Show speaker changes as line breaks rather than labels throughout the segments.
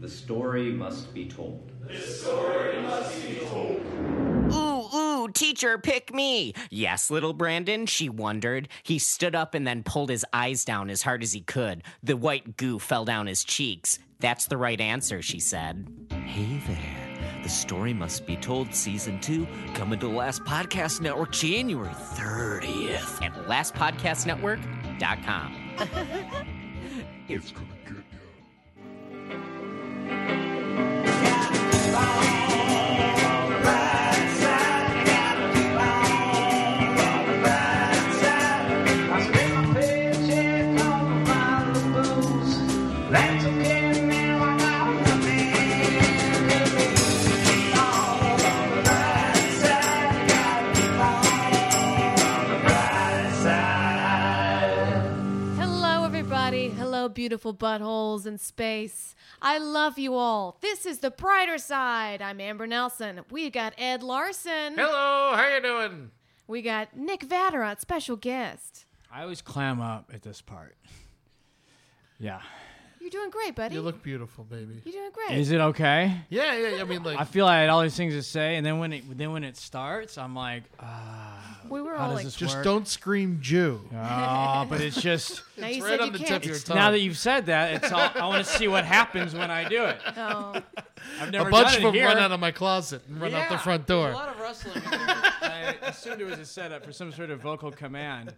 The story must be told.
Ooh, ooh, teacher, pick me. Yes, little Brandon, she wondered. He stood up and then pulled his eyes down as hard as he could. The white goo fell down his cheeks. That's the right answer, she said.
Hey there. The Story Must Be Told Season 2 coming to Last Podcast Network January 30th.
At lastpodcastnetwork.com.
That's okay, now I got nothing.
Hello, everybody. Hello, beautiful buttholes in space. I love you all. This is the brighter side. I'm Amber Nelson. We got Ed Larson.
Hello, how you doing?
We got Nick Vatter on special guest.
I always clam up at this part. Yeah.
You're doing great, buddy.
You look beautiful, baby.
You're doing great.
Is it okay?
Yeah, yeah. yeah, I mean, like,
I feel like I had all these things to say, and then when it then when it starts, I'm like, uh,
we were
how
all
does
like,
this
just
work?
don't scream Jew.
Oh, but it's just
now
It's
you
right
said
on
you
the
can't.
tip of your
It's-
tongue.
now that you've said that, it's all, I want to see what happens when I do it.
oh.
I've
A
never
bunch
done
of
it
them
here.
run out of my closet and run out the
Yeah,
front
there's
door.
A lot of wrestling. I assumed it was a setup for some sort of vocal command.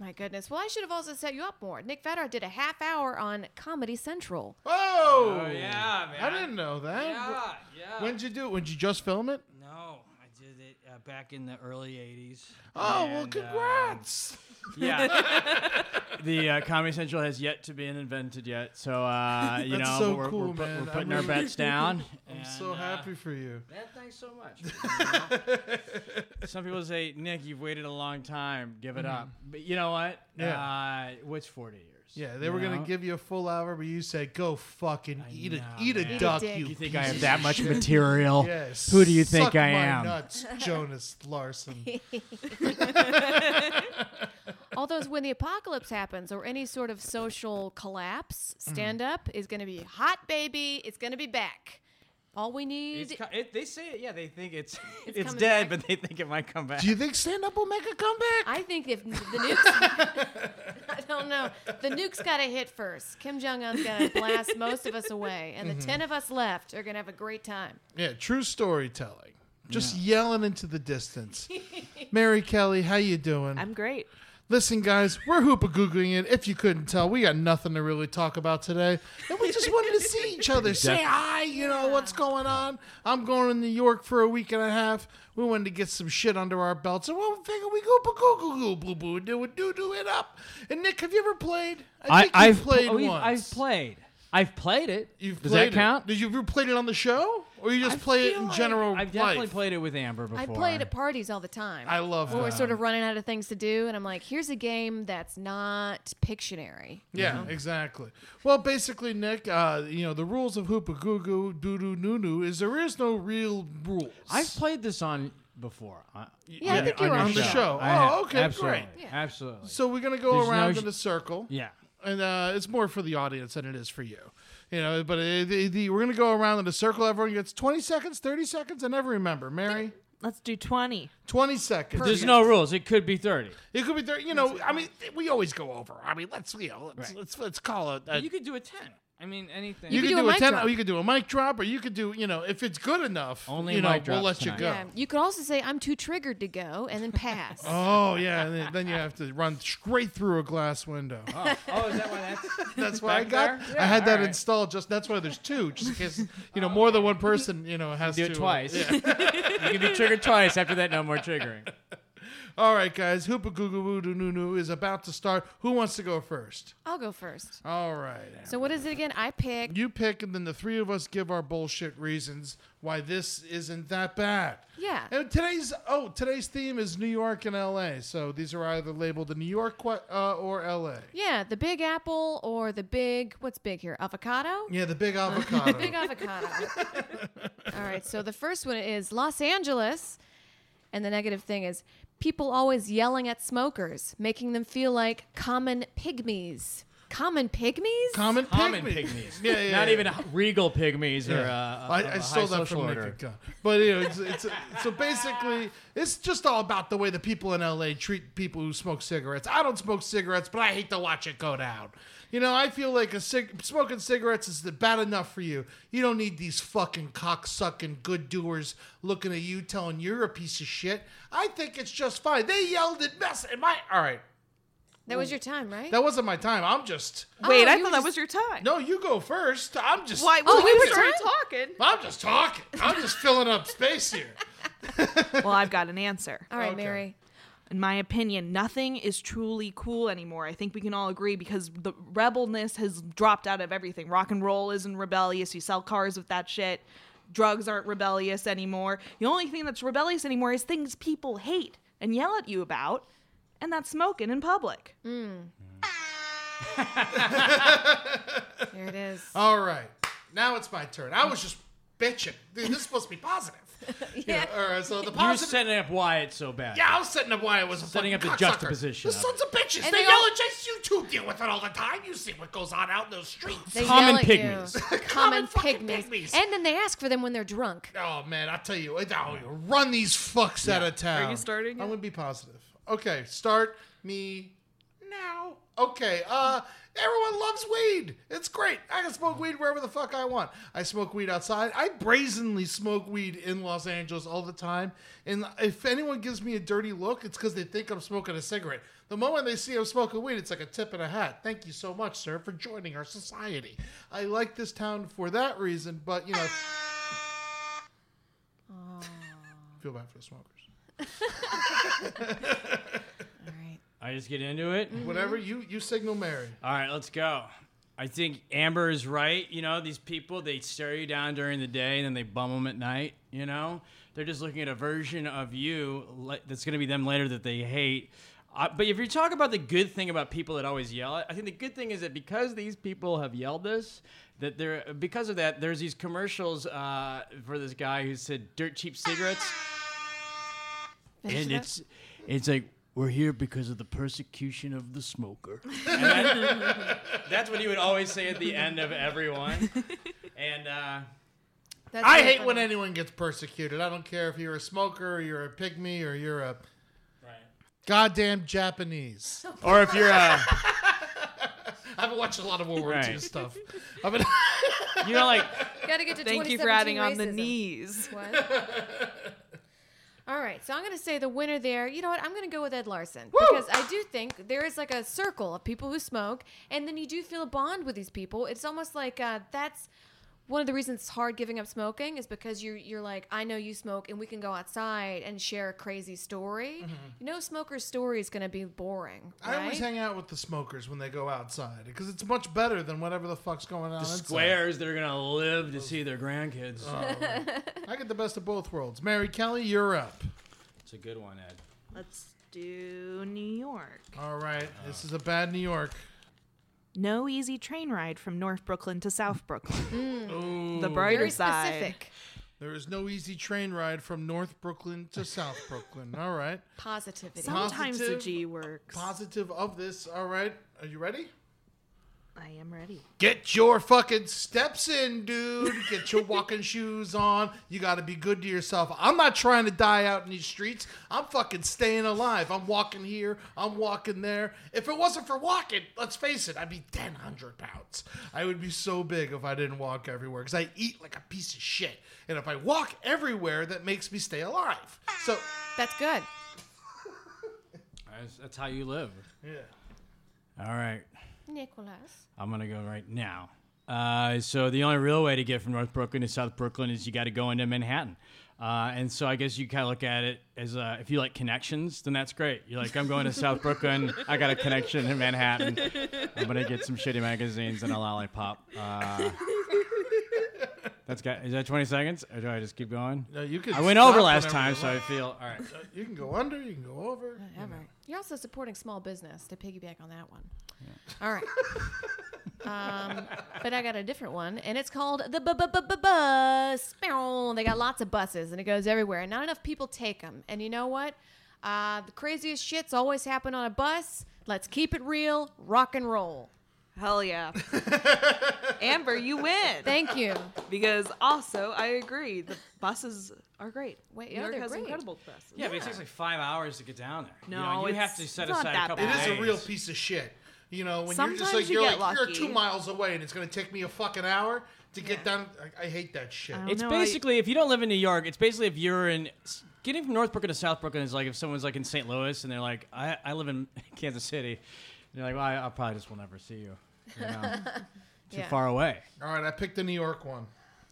My goodness. Well, I should have also set you up more. Nick Vatter did a half hour on Comedy Central.
Whoa!
Oh yeah, man.
I didn't know that.
Yeah, yeah.
When'd you do it? When'd you just film it?
no, I did it uh, back in the early '80s.
Oh well,
And, uh,
congrats.
Yeah. the uh, Comedy Central has yet to be invented yet, so uh, you
That's
know
so
we're, we're
cool,
pu- we're
man. I'm
putting our
really-
bets down. uh,
I'm so happy for you.
Man, thanks so much. you know. Some people say, Nick, you've waited a long time. Give it up. But you know what?
Mm-hmm. Yeah.
Uh, what's 40 years?
Yeah, they
You
were
know?
gonna give you a full hour, but you said, "Go fucking eat
know,
a eat
man.
a
Eat a
duck."
dick.
you
You think
piece
I have
of
that much
shit.
material?
Yes.
Who do you think
Suck
I
my
am?
Nuts, Jonas Larson.
All those when the apocalypse happens or any sort of social collapse,
Mm.
stand up is going to be hot, baby. It's going to be back. All we need.
It's co- it, they say it. Yeah, they think it's it's,
coming
dead,
back.
but they think it might come back.
Do you think stand up will make a comeback?
I think if the nukes, I don't know, the nukes got to hit first. Kim Jong Un's gonna blast most of us away,
Mm-hmm.
and the ten of us left are gonna have a great time.
Yeah, true storytelling. Just yelling into the distance. Mary Kelly, how you doing?
I'm great.
Listen, guys, we're hoopa googling it. If you couldn't tell, we got nothing to really talk about today, and we just wanted to see each other, say hi. You know what's going on? I'm going to New York for a week and a half. We wanted to get some shit under our belts, and we figured we goopa google goo boo boo do it do do it up. And Nick, have you ever played? think you've
pl-
played
oh, you've-
once.
I've played. I've played it.
You've
Does
played
that count?
It. Did you ever played it on the show, or you
I
just play it
feel
in
like
general
I've definitely
life?
played it with Amber before.
I play it at parties all the time.
I love
when we're
that.
sort of running out of things to do, and I'm like, here's a game that's not Pictionary.
Yeah, exactly. Well, basically, Nick, uh, you know, the rules of Hoopa Goo Goo Doo Doo Noo Noo is there is no real rules.
I've played this on before. uh,
Yeah, I think you
on
were
your
on the
show.
I
Oh,
have.
okay,
absolutely.
great.
Yeah.
Absolutely.
so we're gonna go
There's no
around
sh-
in a circle,
yeah.
and uh, it's more for the audience than it is for you. You know, but uh the, the, we're gonna go around in a circle. Everyone gets twenty seconds, thirty seconds. I never remember. Mary,
Let's do 20.
twenty seconds.
There's no rules. It could be 30.
It could be thirty. You know, I mean, we always go over. I mean, let's you know, let's let's, let's call it. A,
you could do a 10. I mean, anything.
You, could, do, a, 10 You could do a mic drop, or you could do, you know, if it's good enough,
Only
you know,
mic
we'll let
drops
you go.
Yeah. You could also say, I'm too triggered to go, and then pass.
Oh yeah, and then- then you have to run straight through a glass window.
Oh, oh, is that why that's
That's why I got. I had that installed. Just that's why there's two, just in case you know more than one person. You know has
Do it
to uh,
twice.
yeah.
you can be triggered twice. After that, no more triggering.
All right, guys. Hoopa Goo Goo Woo Doo Noo Noo is about to start. Who wants to go first?
I'll go first.
All right.
So what is it again? I pick.
You pick, and then the three of us give our bullshit reasons why this isn't that bad.
Yeah.
And today's oh today's theme is New York and L.A. So these are either labeled the New York que- uh, or L.A.
Yeah, the big apple or the big, what's big here? Avocado?
Yeah, the big avocado.
big avocado. All right, so the first one is Los Angeles. And the negative thing is people always yelling at smokers, making them feel like common pygmies. Common pygmies?
Common
Common
pygmy.
pygmies.
Yeah, yeah,
Not
yeah.
even regal pygmies or
Yeah.
uh,
I,
of
I
a
stole
high
that
social
from
order.
Naked Gun. But you know, it's, it's so basically, it's just all about the way the people in LA treat people who smoke cigarettes. I don't smoke cigarettes, but I hate to watch it go down. You know, I feel like a cig- smoking cigarettes is bad enough for you. You don't need these fucking cocksucking good doers looking at you telling you're a piece of shit. I think it's just fine. They yelled at mess. Am I all right?
That was your time, right? Oh,
That wasn't my time. I'm just.
Wait, I thought that was your time.
No, you go first. I'm just.
Why? Well,
Oh,
we
we were
started
done?
talking.
I'm just talking. I'm just filling up space here.
well, I've got an answer.
All right, Okay. Mary.
In my opinion, nothing is truly cool anymore. I think we can all agree because the rebelness has dropped out of everything. Rock and roll isn't rebellious. You sell cars with that shit. Drugs aren't rebellious anymore. The only thing that's rebellious anymore is things people hate and yell at you about, and that's smoking in public.
Here it is.
All right. Now it's my turn. I was just bitching. Dude, this is supposed to be positive. yeah. all right. So the
You were
positive.
setting up why it's so bad.
yeah, I was setting up why it was a
Setting
fucking
up the
cocksucker.
juxtaposition
The
of
sons of bitches.
And
they
they
yell
all-
at Jace. You two deal with it all the time. You see what goes on out in those streets.
They yell at You. Common, pygmies. And then they ask for them when they're drunk.
Oh man, I tell you, it- oh, you run these fucks out of town.
Are you starting
I'm gonna be positive. Okay, start me now. Okay, uh, everyone loves weed. It's great. I can smoke weed wherever the fuck I want. I smoke weed outside. I brazenly smoke weed in Los Angeles all the time. And if anyone gives me a dirty look, it's because they think I'm smoking a cigarette. The moment they see I'm smoking weed, it's like a tip and a hat. Thank you so much, sir, for joining our society. I like this town for that reason, but you know. Feel bad for the smokers.
I just get into it.
Whatever you you signal, Mary.
All right, let's go. I think Amber is right. You know, these people, they stare you down during the day and then they bum them at night. You know, they're just looking at a version of you li- that's going to be them later that they hate. Uh, but if you talk about the good thing about people that always yell, I think the good thing is that because these people have yelled this, that there because of that, there's these commercials uh, for this guy who said dirt cheap cigarettes
Finish
and
it up.
it's it's like we're here because of the persecution of the smoker. And that- that's what he would always say at the end of everyone. And uh,
I hate when anyone gets persecuted. I don't care if you're a smoker or you're a pygmy or you're a goddamn Japanese.
Or if you're uh, a-
I haven't watched a lot of World War II
Right.
stuff. I mean,
you know, like
Gotta get to
Thank you
2017
for adding on the
racism.
knees.
What? All right, so I'm going to say the winner there. You know what? I'm going to go with Ed Larson because I do think there is like a circle of people who smoke, and then you do feel a bond with these people. It's almost like uh, that's one of the reasons it's hard giving up smoking is because you're you're like, I know you smoke, and we can go outside and share a crazy story. You know, smoker's story is going to be boring.
I always
right?
hang out with the smokers when they go outside because it's much better than whatever the fuck's going on.
the
inside.
squares that are gonna live to see their grandkids.
I get the best of both worlds. Mary Kelly, you're up.
It's a good one, Ed.
Let's do New York.
All right, this is a bad New York.
No easy train ride from North Brooklyn to South Brooklyn. The
Ooh.
brighter side.
There is no easy train ride from North Brooklyn to South Brooklyn. All right.
Positivity.
Sometimes the
Positive-
G works.
Positive of this. All right. Are you ready?
I am ready.
Get your fucking steps in, dude. Get your walking shoes on. You got to be good to yourself. I'm not trying to die out in these streets. I'm fucking staying alive. I'm walking here. I'm walking there. If it wasn't for walking, let's face it, I'd be 1,000 pounds. I would be so big if I didn't walk everywhere because I eat like a piece of shit. And if I walk everywhere, that makes me stay alive. So
that's good.
That's, that's how you live.
Yeah.
All right.
Nicholas.
I'm gonna go right now. Uh, so the only real way to get from North Brooklyn to South Brooklyn is you got to go into Manhattan. Uh, and so I guess you kind of look at it as uh, if you like connections, then that's great. You're like, I'm going to South Brooklyn. I got a connection in Manhattan. I'm gonna get some shitty magazines and a lollipop. Uh, that's got is that 20 seconds, or do I just keep going?
No, you can
I went over
stop
last
whenever
time,
you
so I
want.
feel all right.
You can go under. You can go over.
Whatever. You're also supporting small business to piggyback on that one. All right. um, but I got a different one, and it's called the bu- bu- bu- bu- bus. Meow. They got lots of buses, and it goes everywhere, and not enough people take them. And you know what? Uh, the craziest shits always happen on a bus. Let's keep it real, rock and roll.
Hell yeah. Amber, you win.
Thank you.
Because also, I agree. The buses are great.
Wait,
New
yeah,
York
they're
has
great.
incredible buses.
Yeah, but it takes like five hours to get down there.
No,
you, know, you
it's-
have to set
it's not
aside
that
a couple.
It
bad.
is a
days.
real piece of shit. You know, when
Sometimes
you're just like
you
are
get
like you're
lucky.
two miles away and it's gonna take me a fucking hour to get down. I, I hate that shit.
It's basically if you don't live in New York, it's basically if you're in s- getting from North Brooklyn to South Brooklyn is like if someone's like in St. Louis and they're like, I, I live in Kansas City, and you're like, well, I, I probably just will never see you. you know? Too
Yeah.
far away.
All right, I picked the New York one.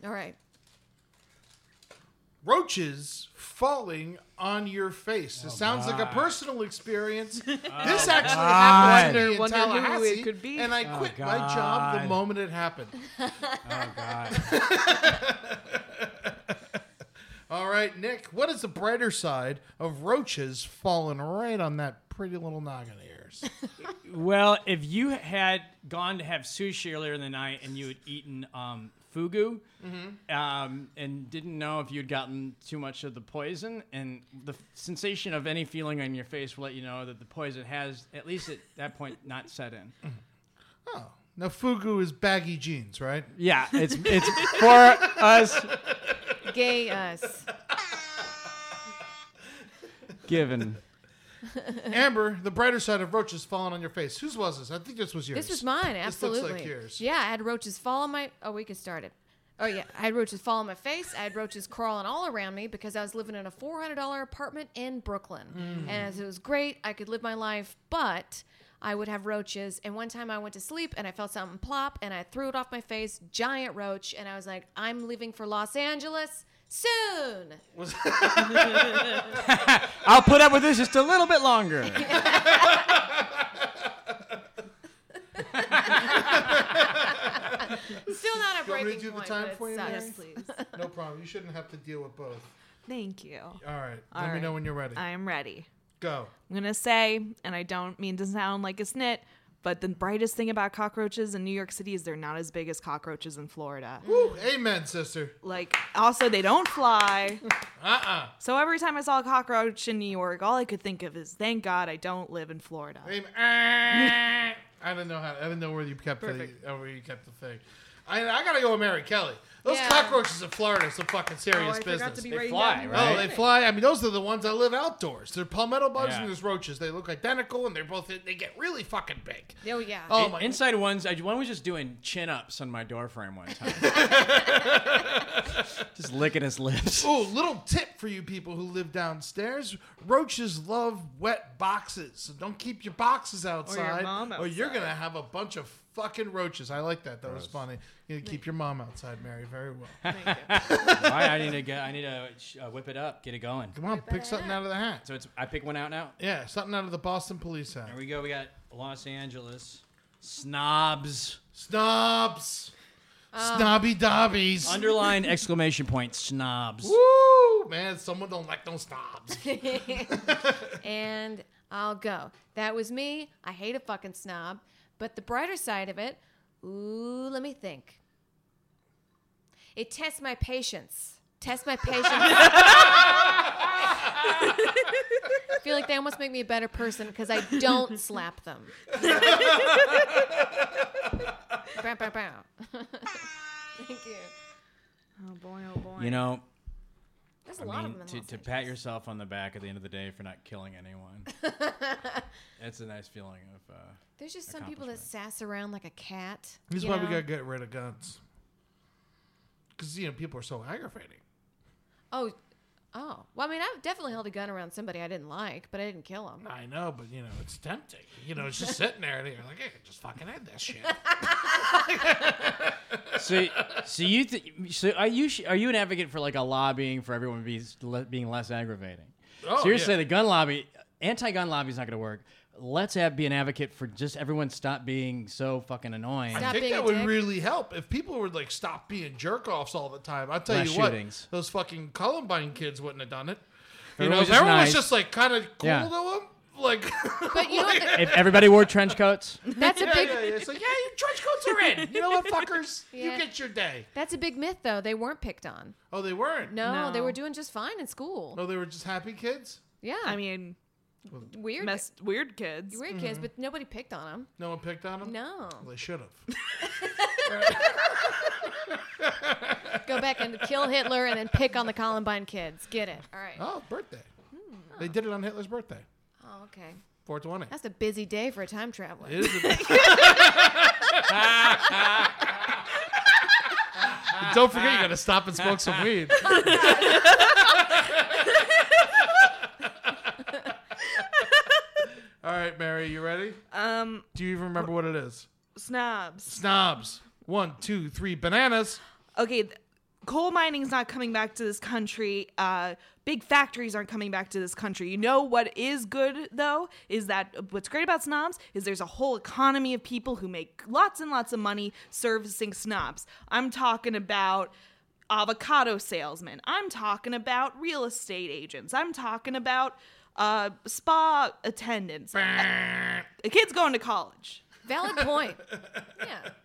All right.
Roaches falling on your face. It sounds like a
Oh, my.
personal experience. this
Oh, God.
actually happened to me in
Wonder who it
Tallahassee,
could be.
and I
Oh,
quit my job the
God.
moment it happened.
Oh God.
All right, Nick, what is the brighter side of roaches falling right on that pretty little noggin of yours?
Well, if you had gone to have sushi earlier in the night and you had eaten um, fugu um, and didn't know if you'd gotten too much of the poison, and the f- sensation of any feeling on your face will let you know that the poison has, at least at that point, not set in.
Now, fugu is baggy jeans, right?
Yeah, it's it's for us
Gay us.
given.
Amber, the brighter side of roaches falling on your face. Whose was this? I think this was yours.
This was mine, absolutely.
This looks like yours.
Yeah, I had roaches fall on my. Oh, we could start it. Oh yeah, I had roaches fall on my face. I had roaches crawling all around me because I was living in a four hundred dollar apartment in Brooklyn,
Mm.
and it was great. I could live my life, but I would have roaches. And one time I went to sleep and I felt something plop, and I threw it off my face. Giant roach, and I was like, I'm leaving for Los Angeles soon.
I'll put up with this just a little bit longer.
Still not a
Do you want me to
breaking
do the
point,
time
but it
for you,
sucks.
Mary?
Yes, please.
No problem. You shouldn't have to deal with both.
Thank you. All
All right. let me know when you're ready.
I'm ready.
Go.
I'm going to say, and I don't mean to sound like a snit, but the brightest thing about cockroaches in New York City is they're not as big as cockroaches in Florida.
Woo, amen, sister.
Like, also, they don't fly.
Uh-uh.
So every time I saw a cockroach in New York, all I could think of is, thank God I don't live in Florida.
Amen. I didn't know how. I didn't know where you kept
Perfect.
the uh, where you kept the thing. I, I gotta go with Mary Kelly. Those
Yeah.
cockroaches in Florida is some fucking serious
I forgot
business.
to be
They
writing
fly,
down
right?
the
Oh, they
thing.
fly. I mean, those are the ones that live outdoors. They're palmetto bugs
Yeah.
and there's roaches. They look identical and they're both. They get really fucking big.
Oh yeah.
Oh
In-
my.
Inside ones, I, one was just doing chin ups on my door frame one time. just licking his lips.
Oh, little tip for you people who live downstairs. Roaches love wet boxes. So don't keep your boxes outside.
mom
or you're going to have a bunch of fucking roaches. I like that. That was funny. You know, keep your mom outside, Mary. Very well.
All right, I need to get. I need to sh- uh, whip it up. Get it going.
Come on, pick something out of the hat.
So it's. I pick one out now.
Yeah, something out of the Boston police hat.
There we go. We got Los Angeles snobs.
Snobs. Snobby dobbies.
Underline exclamation point snobs.
Woo! Man, someone don't like no snobs.
and I'll go. That was me. I hate a fucking snob. But the brighter side of it, ooh, let me think. It tests my patience. Test my patience. I feel like they almost make me a better person because I don't slap them. Bow, bow, bow. Thank you.
Oh boy, oh boy.
You know,
There's a
I
lot of
mean,
them in
to,
Los
to pat yourself on the back at the end of the day for not killing anyone. That's a nice feeling of. Uh,
There's just some people that sass around like a cat.
This is
you
why we
know?
gotta get rid of guns. Because you know people are so aggravating.
Oh, oh. Well, I mean, I've definitely held a gun around somebody I didn't like, but I didn't kill them.
I know, but you know it's tempting. You know, it's just sitting there, and you're like, hey, just fucking end this shit.
so, so you, th- so are you, sh- are you an advocate for like a lobbying for everyone be, le- being less aggravating?
Oh,
Seriously,
yeah.
the gun lobby, anti-gun lobby is not going to work. Let's have be an advocate for just everyone stop being so fucking annoying.
I think that would really help if people would like stop being jerk offs all the time. I tell
Less
you what,
shootings.
those fucking Columbine kids wouldn't have done it. You
Everyone
know,
was
if
just
everyone
nice.
was just like kind of cool
Yeah.
to them. Like,
but you know, what
if everybody wore trench coats,
That's a
yeah,
big-
Yeah, yeah. It's like, yeah, your trench coats are in. You know what, fuckers?
Yeah.
You get your day.
That's a big myth, though. They weren't picked on.
Oh, they weren't.
No, they
No.
were doing just fine in school.
Oh, they were just happy kids.
Yeah,
I mean,
weird,
messed weird kids.
weird
mm-hmm.
kids, but nobody picked on them.
No one picked on them.
No,
Well, they should have.
go back and kill Hitler and then pick on the Columbine kids. Get it? All right.
Oh, birthday.
Hmm,
They did it on Hitler's birthday,
Oh, okay.
420.
That's a busy day for a time traveler.
It is And Don't forget, you got to stop and smoke some weed. All right, Mary, you ready?
Um,
Do you even remember what it is?
snobs.
Snobs. One, two, three, bananas.
okay, th- coal mining's not coming back to this country. Uh, big factories aren't coming back to this country. You know what is good though is that uh, what's great about snobs is there's a whole economy of people who make lots and lots of money servicing snobs. I'm talking about avocado salesmen. I'm talking about real estate agents. I'm talking about uh, spa attendants. a a kid's going to college.
Valid point.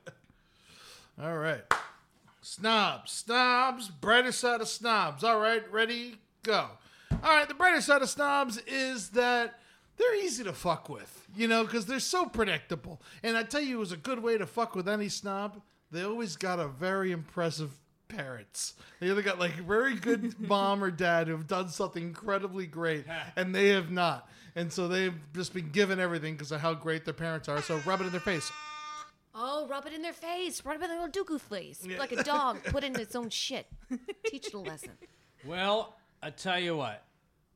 All right. Snobs, snobs, brighter side of snobs. All right, ready, go. All right, the brighter side of snobs is that they're easy to fuck with, you know, because they're so predictable. And I tell you, it was a good way to fuck with any snob. They always got a very impressive parents. They either got like very good mom or dad who've done something incredibly great, and they have not. And so they've just been given everything because of how great their parents are. So rub it in their face.
Oh, rub it in their face. Rub it in their little dooku face. Like a dog put in its own shit. Teach it a lesson.
Well, I tell you what,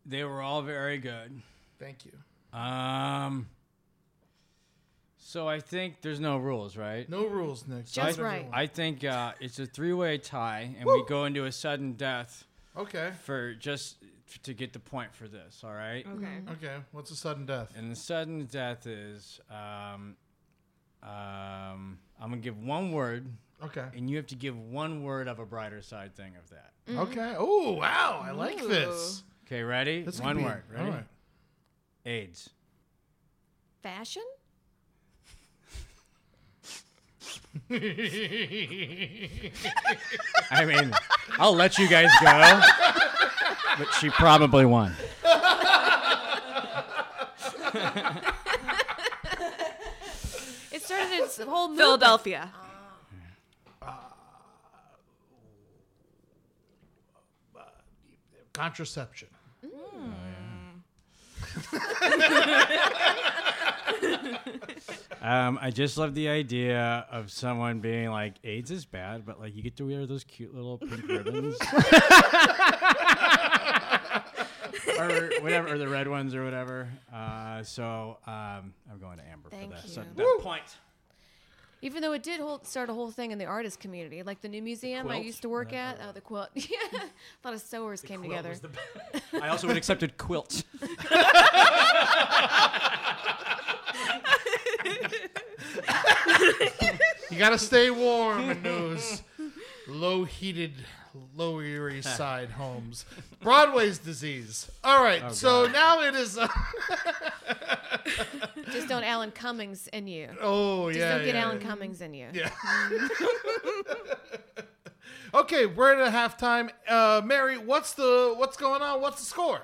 they were all very good.
Thank you.
Um. So I think there's no rules, right?
No rules, Nick.
So I-
Just right.
I think uh, it's a three-way tie, and we
Woo.
go into a sudden death.
Okay.
For just f- to get the point for this, all right?
Okay.
Okay, what's a sudden death?
And the sudden death is, um, um, I'm gonna give one word.
Okay.
And you have to give one word of a brighter side thing of that.
Mm-hmm.
Okay. Oh, wow. I like this.
Okay, ready?
This could
One
be-
word.
all
Ready?
right.
AIDS.
Fashion?
I mean, I'll let you guys go, but she probably won.
It started its whole movement.
Philadelphia.
Contraception.
Um, I just love the idea of someone being like, AIDS is bad, but like you get to wear those cute little pink ribbons. or whatever, or the red ones or whatever. Uh, so um, I'm going to Amber
Thank
for that.
you.
So
Woo.
that point.
Even though it did hold, start a whole thing in the artist community, like the new museum I
quilt?
used to work at. Oh, the quilt. Yeah. A lot of sewers came
quilt
together.
was the I also would have accepted quilts.
You got to stay warm in those low heated, low eerie side homes. Broadway's disease. All right,
Oh,
so
God.
now it is.
Just don't Alan Cummings in you.
Oh,
Just
yeah,
don't get
yeah,
Alan
yeah.
Cummings in you.
Yeah. okay, we're at a halftime. Uh, Mary, what's the what's going on? What's the score?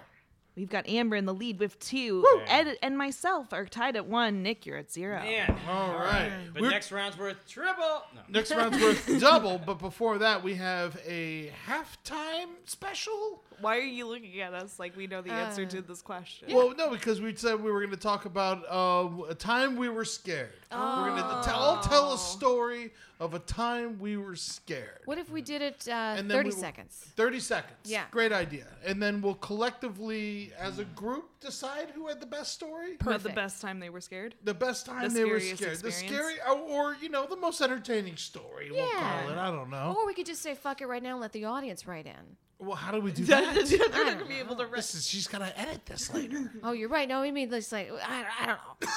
We've got Amber in the lead with two. Ed and myself are tied at one. Nick, you're at zero.
Man.
All right.
But
We're-
next round's worth triple. No.
Next round's worth double, but before that, we have a halftime special.
Why are you looking at us like we know the answer to this question?
Well, no, because we said we were going to talk about um, a time we were scared. We're going to tell, all tell
Oh.
a story of a time we were scared.
What if we did it uh,
And then
30
we will-
seconds?
30 seconds.
Yeah.
Great idea. And then we'll collectively, as a group, decide who had the best story.
About the best time they were scared.
The best time they were scared. The scary, or, or, you know, the most entertaining story, we'll
Yeah.
call it. I don't know.
Or we could just say fuck it right now and let the audience write in.
Well, how do we do
They're
that?
not gonna be
able to.
This is, she's gotta edit this later.
Oh, you're right. No, I mean, it's like, I, I don't know.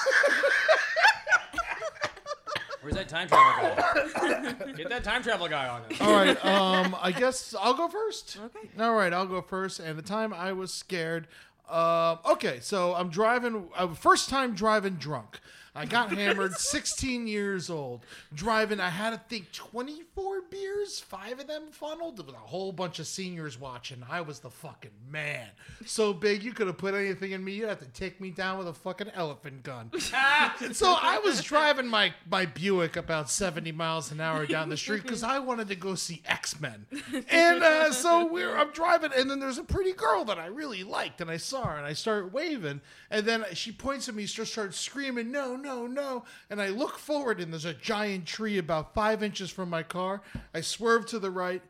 Where's that time travel guy? Get that time travel guy on us.
All right. Um, I guess I'll go first. Okay. All right, I'll go first. And the time I was scared. Um, okay, so I'm driving. Uh, first time driving drunk. I got hammered. 16 years old. Driving. I had to think 24 beers. Five of them funneled. With a whole bunch of seniors watching. I was the fucking man. So big, you could have put anything in me. You'd have to take me down with a fucking elephant gun. And so I was driving my, my Buick about 70 miles an hour down the street because I wanted to go see X Men. And uh, so we're, I'm driving, and then there's a pretty girl that I really liked, and I saw her, and I start waving. And then she points at me, she starts screaming, No, no, no. And I look forward, and there's a giant tree about five inches from my car. I swerve to the right.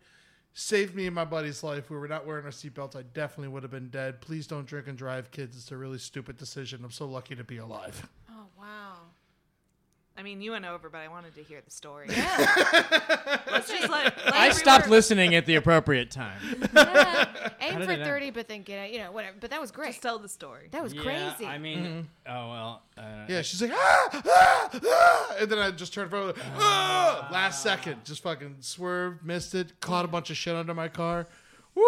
Saved me and my buddy's life. We were not wearing our seatbelts. I definitely would have been dead. Please don't drink and drive, kids. It's a really stupid decision. I'm so lucky to be alive.
Oh wow. I mean, you went over, but I wanted to hear the story. Let's just let. let
I stopped
everyone-
listening at the appropriate time.
Aim
How
for
did I-
30, but then get it, you know, whatever. But that was great. Just
tell the story.
That was
Yeah,
crazy.
I mean, oh well. Uh,
Yeah, she's like, ah, ah, ah, and then I just turned around, like, ah, last second, just fucking swerved, missed it, caught a bunch of shit under my car. Woo!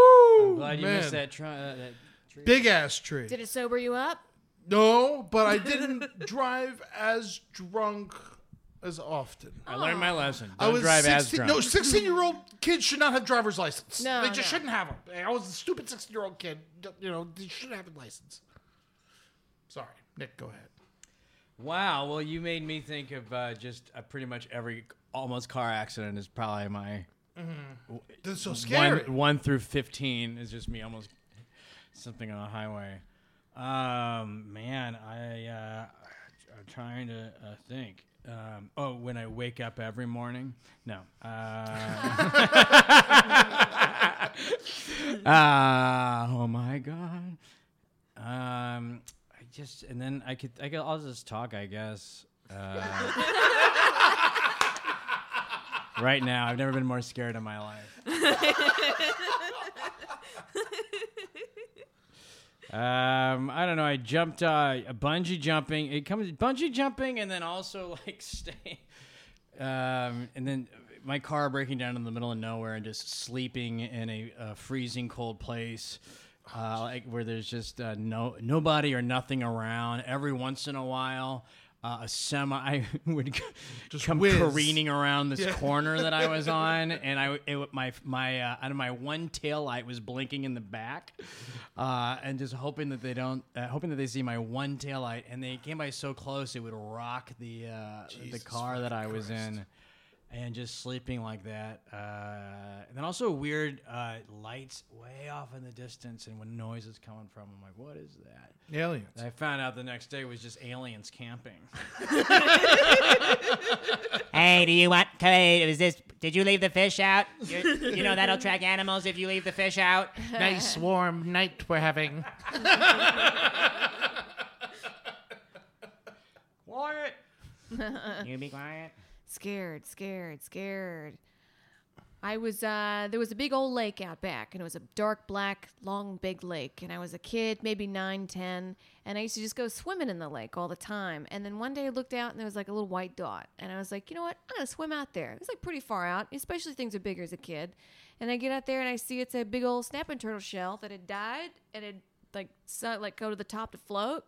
I'm glad you
man.
missed that. Tr- uh, that tree.
Big ass tree.
Did it sober you up?
No, but I didn't drive as drunk as often.
I learned my lesson.
I
Don't
was
drive as
16
drunk.
No, sixteen-year-old kids should not have driver's license.
No,
they just
no.
shouldn't have them. I was a stupid sixteen-year-old kid. You know, they should have a license. Sorry, Nick, go ahead.
Wow. Well, you made me think of uh, just uh, pretty much every almost car accident is probably my.
Mhm. That's so scary.
One, one through fifteen is just me almost something on a highway. Um, man, I uh, I'm trying to uh, think. Um, oh, when I wake up every morning? No. Uh, uh, oh my god. Um, I just and then I could I could I'll just talk I guess. Uh, right now, I've never been more scared in my life. Um, I don't know. I jumped uh, bungee jumping. It comes bungee jumping, and then also like staying. Um, and then my car breaking down in the middle of nowhere, and just sleeping in a uh, freezing cold place, uh, like where there's just uh, no nobody or nothing around. Every once in a while. Uh, a semi would just come
whiz.
careening around this
Yeah.
corner that I was on, and I it, wa- my my uh, out of my one tail light was blinking in the back, uh, and just hoping that they don't uh, hoping that they see my one tail light, and they came by so close it would rock the uh, the
Jesus
car that I was
Christ.
in, and just sleeping like that, uh, and then also weird uh, lights way off in the distance, and when noise is coming from, I'm like, what is that?
Aliens.
And I found out the next day was just aliens camping.
Hey, do you want to? Is this? Did you leave the fish out? You, you know that'll track animals if you leave the fish out.
Nice warm night we're having.
Quiet.
you be quiet.
Scared, scared, scared. I was uh there was a big old lake out back and it was a dark black long big lake and I was a kid, maybe nine, ten, and I used to just go swimming in the lake all the time. And then one day I looked out and there was like a little white dot and I was like, you know what? I'm gonna swim out there. It's like pretty far out, especially things are bigger as a kid. And I get out there and I see it's a big old snapping turtle shell that had died and had like so, like go to the top to float.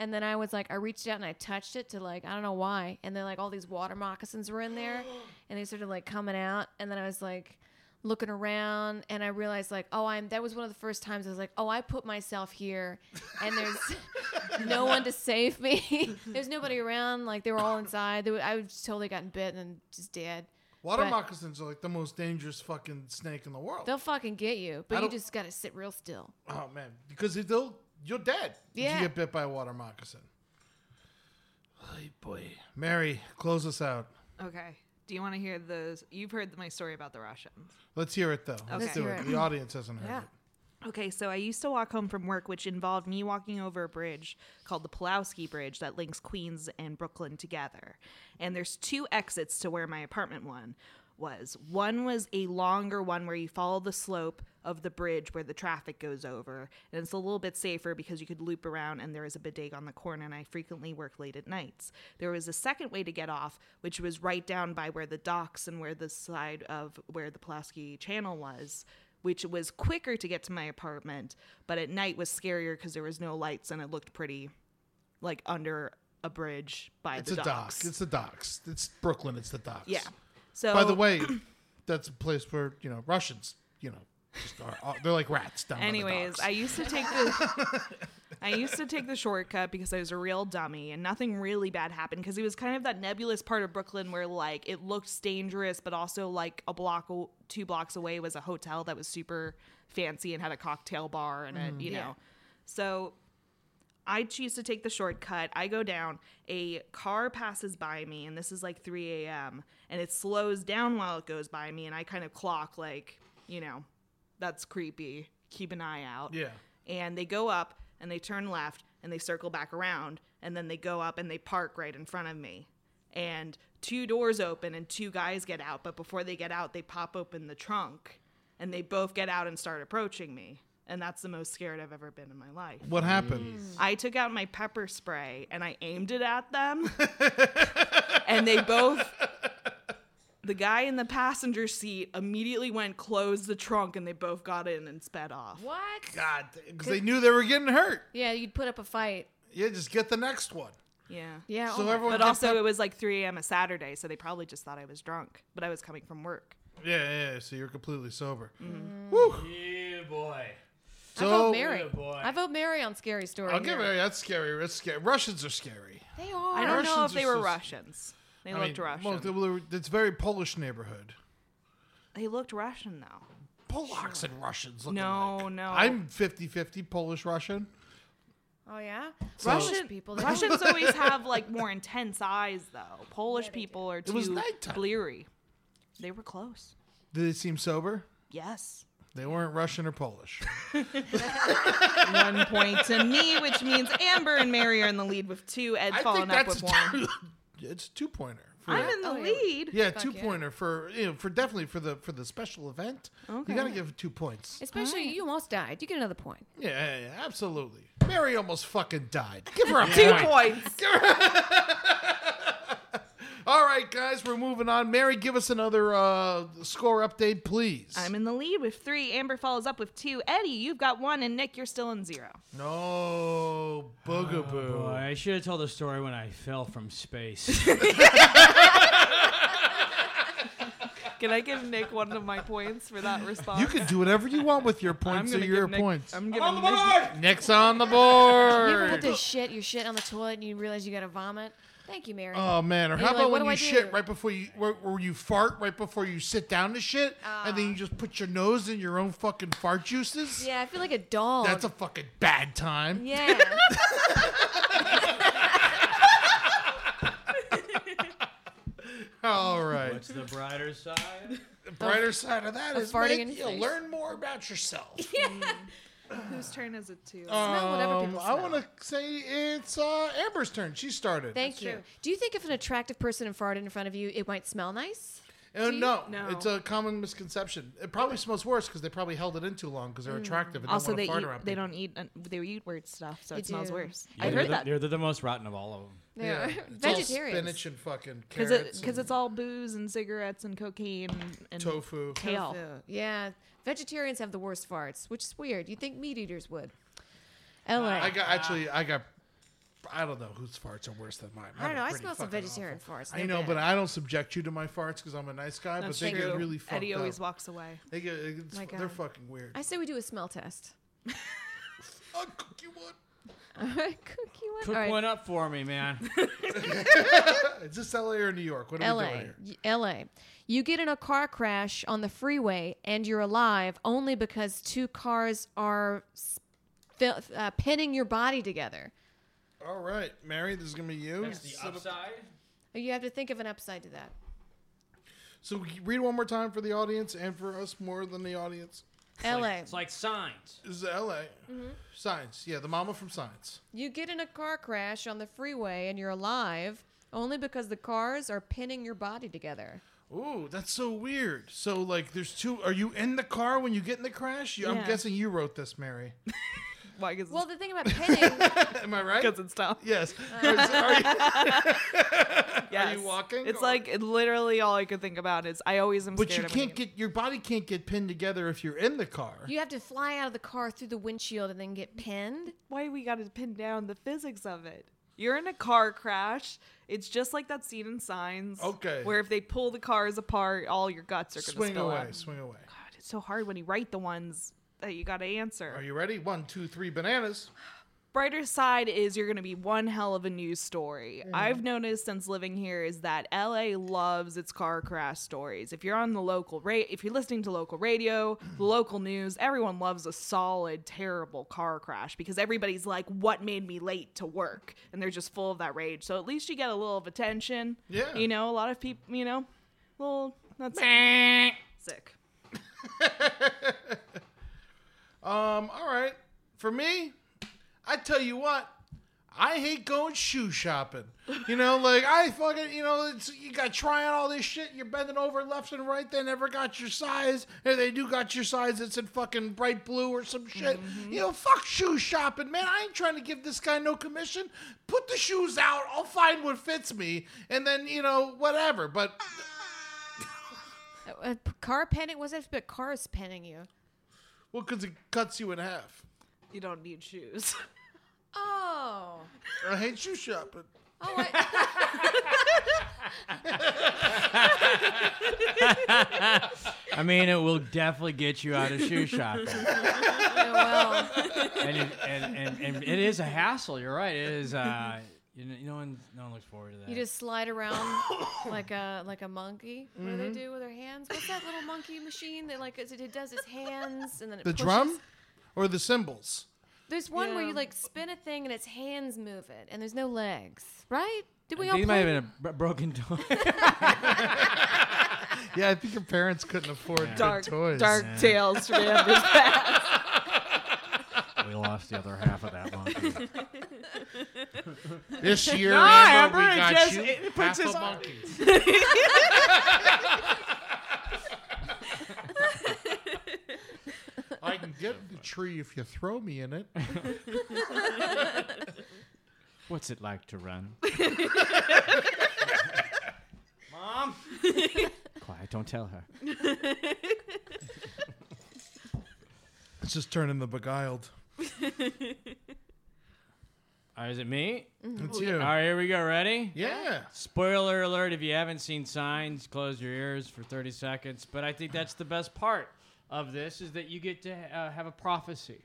And then I was like, I reached out and I touched it to like I don't know why. And then like all these water moccasins were in there, and they started like coming out. And then I was like, looking around and I realized like, oh, I'm that was one of the first times I was like, oh, I put myself here and there's no one to save me. there's nobody around. Like they were all inside. They were, I was totally gotten bit and just dead.
Water
But
moccasins are like the most dangerous fucking snake in the world.
They'll fucking get you,
I
but you
don't-
just gotta sit real still.
Oh man, because if they'll you're dead. If
Yeah.
you get bit by a water moccasin. Ay, boy, Mary, close us out.
Okay. Do you want to hear the? You've heard my story about the Russians.
Let's hear it though. Let's
Okay.
do it. The audience hasn't heard
Yeah.
it.
Okay, so I used to walk home from work, which involved me walking over a bridge called the Pulowski Bridge that links Queens and Brooklyn together. And there's two exits to where my apartment one was. One was a longer one where you follow the slope of the bridge where the traffic goes over, and it's a little bit safer because you could loop around and there is a bidet on the corner, and I frequently work late at nights. There was a second way to get off, which was right down by where the docks and where the side of where the Pulaski Channel was which was quicker to get to my apartment, but at night was scarier because there was no lights and it looked pretty like under a bridge by
It's
the
a dock.
docks.
It's the docks. It's Brooklyn. It's the docks.
Yeah. So
by the way, that's a place where you know Russians. You know, just are, are- they're like rats down. by the
Anyways,
docks.
I used to take the I used to take the shortcut because I was a real dummy and nothing really bad happened because it was kind of that nebulous part of Brooklyn where like it looked dangerous but also like a block o- two blocks away was a hotel that was super fancy and had a cocktail bar and
Mm.
a, you know.
Yeah.
So I choose to take the shortcut. I go down. A car passes by me, and this is like 3 a.m. And it slows down while it goes by me, and I kind of clock like, you know, that's creepy. Keep an eye out.
Yeah.
And they go up and they turn left and they circle back around and then they go up and they park right in front of me. And two doors open and two guys get out, but before they get out, they pop open the trunk and they both get out and start approaching me. And that's the most scared I've ever been in my life.
What happened?
I took out my pepper spray and I aimed it at them. and they both the guy in the passenger seat immediately went closed the trunk and they both got in and sped off.
What?
God, because they knew they were getting hurt.
Yeah, you'd put up a fight.
Yeah, just get the next one.
Yeah.
Yeah.
So oh my- everyone
But
gets
also,
that-
it was like 3 a.m. a Saturday, so they probably just thought I was drunk. But I was coming from work.
Yeah, yeah. yeah, So you're completely sober.
Mm-hmm.
Yeah, boy.
So
I vote Mary.
Yeah, Oh, boy.
I vote Mary on scary story.
I'll give
here.
Mary. That's scary. That's scary. Russians are scary.
They are.
I don't know
Russians
if they
are
were
so-
Russians. They
I
looked
mean,
Russian.
well, they were- it's very Polish neighborhood.
they looked Russian though.
Polacks and Russians. Looking
No,
alike.
no.
I'm 50-50 Polish Russian.
Oh yeah.
So-
Russian
people. they-
Russians always have like more intense eyes though. Polish people are
It was
too
nighttime.
bleary. They were close.
Did they seem sober?
Yes.
They weren't Russian or Polish.
one point to me, which means Amber and Mary are in the lead with two. Ed
I
following
think
up
that's
with
a
one.
two, it's a two pointer.
I'm in the lead.
Yeah, two pointer for you know for definitely for the for the special event.
Okay.
You gotta give two points.
Especially you almost died. You get another point.
Yeah, yeah, yeah, absolutely. Mary almost fucking died. Give her a
Two
point.
points.
Give her- All right, guys, we're moving on. Mary, give us another uh, score update, please.
I'm in the lead with three. Amber follows up with two. Eddie, you've got one, and Nick, you're still in zero.
No, boogaboo.
Oh, boy, I should have told the story when I fell from space.
Can I give Nick one of my points for that response?
you can do whatever you want with your points or
gonna
your
give Nick-
points.
I'm giving Nick-
Nick's on the
You ever put
board.
this shit, your shit on the toilet, and you realize you gotta vomit? Thank you, Mary.
Oh man! Or
And
how
you're like,
about
"What do I
when you
do?"
shit right before you, where, where you fart right before you sit down to shit, and then you just put your nose in your own fucking fart juices?
Ah. Yeah, I feel like a dog.
That's a fucking bad time.
yeah.
All right.
What's the brighter side?
The brighter side of that
of
is
farting
Nick,
in your
you
face.
learn more about yourself.
Whose turn is it to?
Um, I want to say it's uh, Amber's turn. She started.
Thank you. Do you think if an attractive person farted in front of you, it might smell nice?
Uh,
Do you-
no, it's a common misconception. It probably smells worse because they probably held it in too long because
Mm.
they're attractive and
also,
don't
they
want to fart
eat,
around
they
people.
don't eat. Uh, they eat weird stuff, so
They
it smells
do.
worse.
Yeah,
I
they're
heard
the,
that
They're, they're the most rotten of all of them.
Yeah.
It's all
Vegetarians.
spinach and fucking
because
carrots. and
it's all booze and cigarettes and cocaine and
tofu.
Kale.
Tofu. Yeah. Vegetarians have the worst farts, which is weird. You'd think meat eaters would. All right.
I got actually I got I don't know whose farts are worse than mine.
I don't
Mine
know.
are
I
pretty
smell some
fucking
vegetarian
awful.
farts.
I
They're
know, but
bad.
I don't subject you to my farts because I'm a nice guy.
That's
but they
true.
get really fucked
Eddie always
up.
walks away.
They get it's,
My
they're
God.
fucking weird.
I say we do a smell test. All right, cookie one.
Cook
All right.
one up for me, man.
Is this LA or New York? What are we doing
LA.
here?
Y- LA. You get in a car crash on the freeway and you're alive only because two cars are s- fi- uh, pinning your body together.
All right, Mary, this is gonna be you. Set up-
You have to think of an upside to that.
So read one more time for the audience and for us more than the audience.
LA.
It's like signs.
This is LA.
Mhm.
Science. Yeah, the mama from Science.
You get in a car crash on the freeway and you're alive only because the cars are pinning your body together.
Ooh, that's so weird. So like, there's two. Are you in the car when you get in the crash? You- I'm
Yeah.
guessing you wrote this, Mary.
Why? Because
Well, the thing about pinning,
Am I right? Because
it's tough.
Yes. Are you- are you-
Yes.
Are you walking?
It's
or-
like literally all I could think about is I always am
But you
scared.
can't get your body can't get pinned together if you're in the car.
you have to fly out of the car through the windshield and then get pinned.
Why we got to pin down the physics of it? You're in a car crash. It's just like that scene in Signs.
Okay.
Where if they pull the cars apart, all your guts are going to
Swing
spill
away.
out.
Swing away.
God, it's so hard when you write the ones that you got to answer.
Are you ready? One, two, three. Bananas.
brighter side is you're going to be one hell of a news story.
Mhm.
I've noticed since living here is that LA loves its car crash stories. If you're on the local rate, if you're listening to local radio,
Mm-hmm.
the local news, everyone loves a solid terrible car crash because everybody's like what made me late to work and they're just full of that rage. So at least you get a little of attention.
Yeah.
You know, a lot of people, you know, little that's sick.
Um, all right. For me, I tell you what, I hate going shoe shopping. You know, like I fucking, you know, it's, you got trying all this shit. You're bending over left and right. They never got your size. If they do got your size, it's in fucking bright blue or some shit. You know, fuck shoe shopping, man. I ain't trying to give this guy no commission. Put the shoes out. I'll find what fits me, and then you know whatever. But
A Uh, car pinning wasn't but cars pinning you.
well, because it cuts you in half.
You don't need shoes.
Oh.
I hate shoe shopping.
Oh,
I mean, it will definitely get you out of shoe shopping.
Oh,
and, it, and, and, and it is a hassle. You're right. It is. Uh, you know, no one, no one looks forward to that.
You just slide around like a like a monkey. What do
Mhm.
they do with their hands? What's that little monkey machine that like is it, it does its hands and then it
The
pushes?
drum, or the cymbals.
There's one where
Yeah.
you like spin a thing and its hands move it and there's no legs, right? Did we
I
all
think it might
play?
have been a bro- broken toy.
Yeah, I think your parents couldn't afford good
Dark-
toys.
dark Yeah. tales from Anders Pass.
We lost the other half of that monkey.
This year,
Nah,
Amber, we
Amber, it
got
just-
you
it
half
puts us
a
on-
monkey. I can get in the tree if you throw me in it.
What's it like to run?
Mom.
Quiet, don't tell her.
It's just turning the beguiled.
Uh, is it me?
Mhm. It's you.
All right, here we go. Ready?
Yeah.
Spoiler alert if you haven't seen Signs, close your ears for 30 seconds. But I think that's the best part of this is that you get to uh, have a prophecy.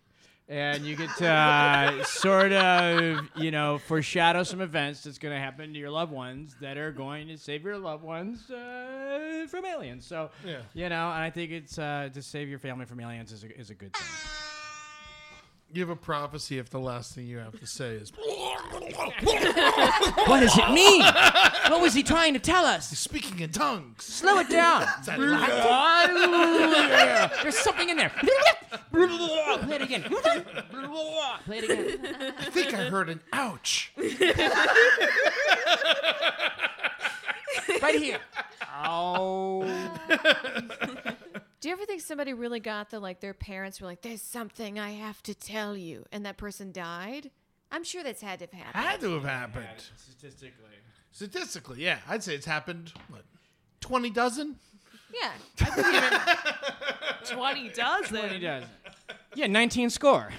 And you get to uh, sort of, you know, foreshadow some events that's going to happen to your loved ones that are going to save your loved ones uh, from aliens. So,
Yeah.
you know, and I think it's uh, to save your family from aliens is a, is a good thing.
You have a prophecy if the last thing you have to say is.
What does it mean? What was he trying to tell us?
Speaking in tongues.
Slow it down.
Is that loud?
There's something in there. Play it again. Play it again.
I think I heard an ouch.
Right here.
Oh.
Do you ever think somebody really got the like their parents were like, "There's something I have to tell you," and that person died? I'm sure that's had to have happened.
Had to have happened.
Statistically.
Statistically, yeah. I'd say it's happened, what, 20 dozen?
Yeah.
20 dozen.
20 dozen. Yeah, 19 score.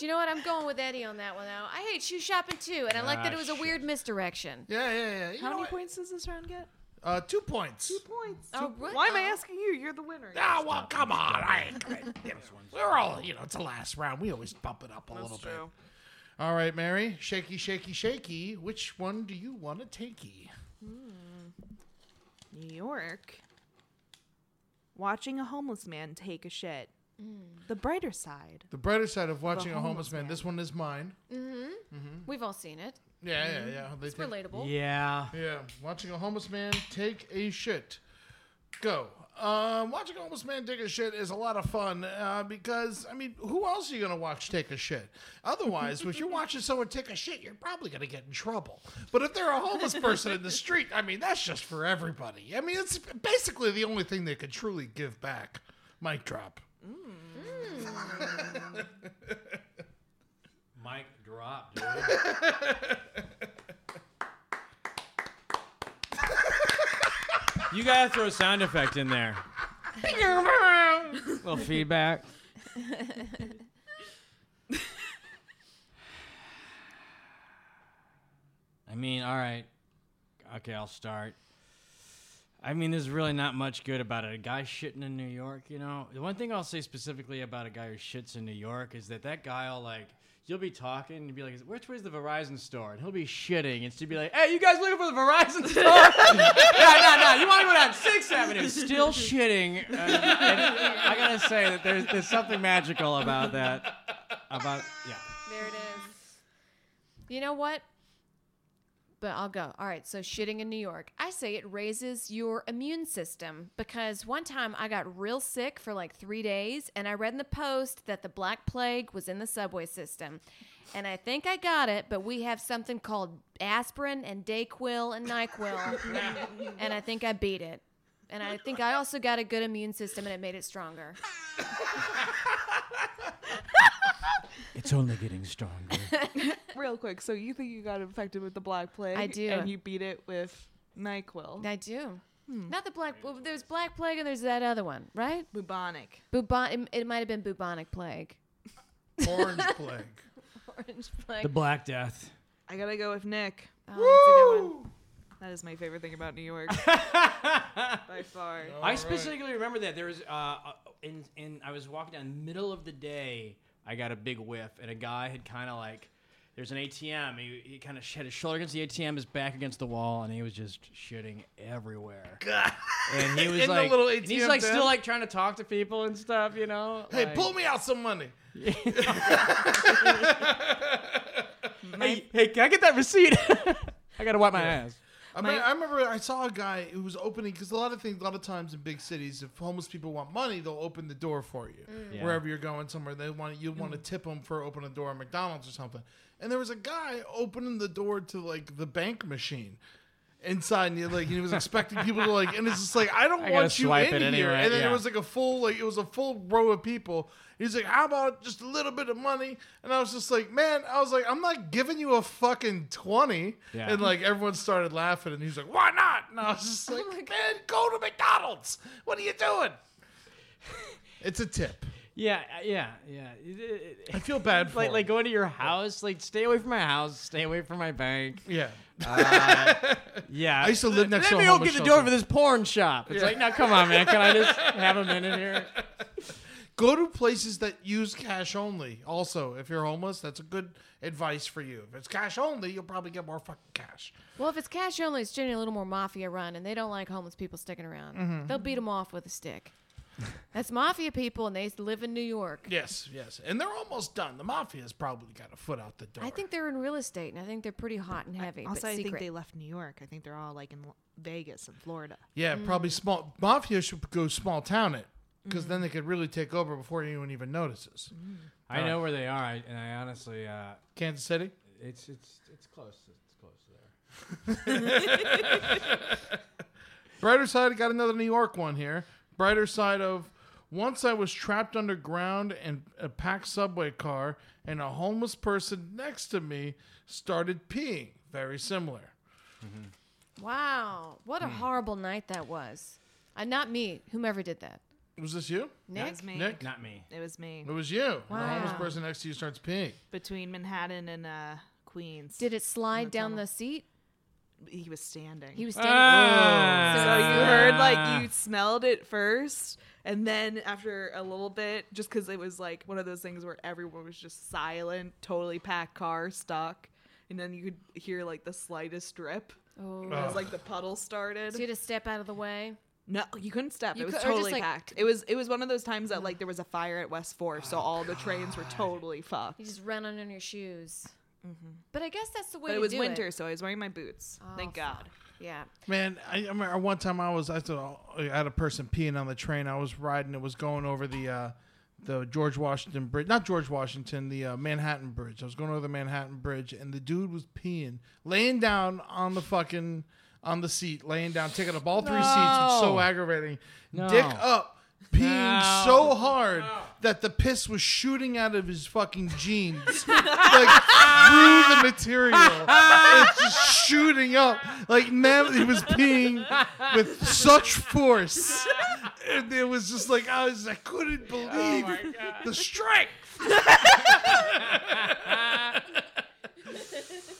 you know what? I'm going with Eddie on that one. Now I hate shoe shopping too, and I like that it
Ah,
was a weird misdirection.
Yeah, yeah, yeah. You
How
know
many
what?
points does this round get?
Uh, two points.
Two points.
Oh, what?
Why am I
Oh.
asking you? You're the winner.
Ah, well, come on. I ain't you know, we're all, you know, it's the last round. We always bump it up a
That's
little
true.
bit. All right, Mary. Shaky, shaky, shaky. Which one do you want to takey?
New York. Watching a homeless man take a shit. The brighter side.
The brighter side of watching a
homeless
homeless man. This one is mine.
Mm-hmm. We've all seen it.
Yeah, yeah, yeah. They
It's
take-
relatable.
Yeah.
Yeah. Watching a homeless man take a shit. Go. Um, watching a homeless man take a shit is a lot of fun uh, because, I mean, who else are you going to watch take a shit? Otherwise, if you're watching someone take a shit, you're probably going to get in trouble. But if they're a homeless person in the street, I mean, that's just for everybody. I mean, it's basically the only thing they could truly give back. Mic drop.
Mic drop, dude. you gotta throw a sound effect in there. little feedback. I mean, all right. Okay, I'll start. I mean, there's really not much good about it. A guy shitting in New York, you know. The one thing I'll say specifically about a guy who shits in New York is that that guy will like, you'll be talking and be like, "Which way's the Verizon store?" And he'll be shitting, and she'll be like, "Hey, you guys looking for the Verizon store? no, no, no. You want to go down Sixth Avenue? Still shitting." Uh, and I gotta say that there's there's something magical about that. About yeah.
There it is. You know what? But I'll go. All right, so shitting in New York. I say it raises your immune system because one time I got real sick for like three days and I read in the post that the Black Plague was in the subway system. And I think I got it, but we have something called aspirin and Dayquil and NyQuil. and I think I beat it. And I think I also got a good immune system and it made it stronger.
It's only getting stronger.
Real quick, so you think you got infected with the black plague?
I do.
And you beat it with Nyquil.
I do. Not the black. Well, there's black plague and there's that other one, right?
Bubonic.
Bubon. It, it might have been bubonic plague.
Orange plague.
Orange
plague.
The Black Death.
I gotta go with Nick.
Oh,
that's a good one. That is my favorite thing about New York. By far.
I specifically remember that there was uh, uh, in in I was walking down middle of the day. I got a big whiff, and a guy had kind of like there's an ATM. He, he kind of had his shoulder against the ATM, his back against the wall, and he was just shitting everywhere. And he was
In the
like,
little
and he's
ATM
like
van.
still like trying to talk to people and stuff, you know.
Hey,
like-
pull me out some money.
Hey, hey, can I get that receipt? I gotta wipe my ass.
I, mean, I remember I saw a guy who was opening because a lot of things, a lot of times in big cities, if homeless people want money, they'll open the door for you
Mm. Yeah.
wherever you're going somewhere. They want you want to tip them for opening the door at McDonald's or something. And there was a guy opening the door to like the bank machine inside, and he, like he was expecting people to like, and it's just like I don't
I gotta
want you in
swipe
here.
it anyway,
and then
yeah.
it was like a full like it was a full row of people. He's like, how about just a little bit of money? And I was just like, man, I was like, I'm not giving you a fucking twenty.
Yeah.
And like everyone started laughing, and he's like, "Why not?" And I was just like, "Man, go to McDonald's. What are you doing?" It's a tip.
Yeah, uh, yeah, yeah. It- it-
I feel bad
It's
for
like
him.
like going to your house. Like stay away from my house. Stay away from my bank.
Yeah.
Uh, yeah.
I used to live next
Let
to a
me
homeless
open the
shelter.
door for this porn shop. It's
Yeah.
like, now come on, man. Can I just have a minute here?
Go to places that use cash only. Also, if you're homeless, that's a good advice for you. If it's cash only, you'll probably get more fucking cash.
Well, if it's cash only, it's generally a little more mafia run, and they don't like homeless people sticking around.
Mm-hmm.
Mhm.
They'll beat them off with a stick. That's mafia people, and they live in New York.
Yes, yes, and they're almost done. The mafia's probably got a foot out the door.
I think they're in real estate, and I think they're pretty hot and heavy.
also,
but
I
secret.
think they left New York. I think they're all like in L- Vegas and Florida.
Yeah, probably small mafia should go small town it because
Mm.
then they could really take over before anyone even notices.
Mm-hmm.
I know where they are, I- and I honestly, uh,
Kansas City.
it's it's it's close. It's close there.
Brighter side, I got another New York one here. Brighter side of once I was trapped underground in a packed subway car, and a homeless person next to me started peeing. Very similar.
Hmm.
Wow, what a horrible night that was. Uh, not me, whomever did that.
Was this you?
Nick? That was me.
Nick?
Not me.
It was me.
It was you. The
Wow.
homeless person next to you starts peeing.
Between Manhattan and uh, Queens.
Did it slide down the seat?
He was standing. Ah.
He was standing. Ah.
So,
So
you
it's-
heard like you smelled it first, and then after a little bit, just because it was like one of those things where everyone was just silent, totally packed car, stuck, and then you could hear like the slightest drip as like the puddle started.
Oh. So you had to step out of the way.
No, you couldn't step.
You
it was
cou- or just,
totally
like, Mm.
packed. It was it was one of those times that like there was a fire at West Fourth, so all the trains were totally fucked.
You just ran on in your shoes. But I guess that's the
Mm-hmm. But
way to
it was
do
winter,
it.
so I was wearing my boots. Thank God.
Yeah.
Man, I, I remember one time I was I thought oh, I had a person peeing on the train. I was riding. It was going over the uh, the George Washington Bridge, not George Washington, the uh, Manhattan Bridge. I was going over the Manhattan Bridge, and the dude was peeing, laying down on the fucking on the seat, laying down, taking up all three seats, which is so
No.
aggravating.
No.
Dick up,
No.
peeing so hard that the piss was shooting out of his fucking jeans, like through the material. It's just shooting up. Like man, he was peeing with such force, and it was just like I was. I couldn't believe the strength.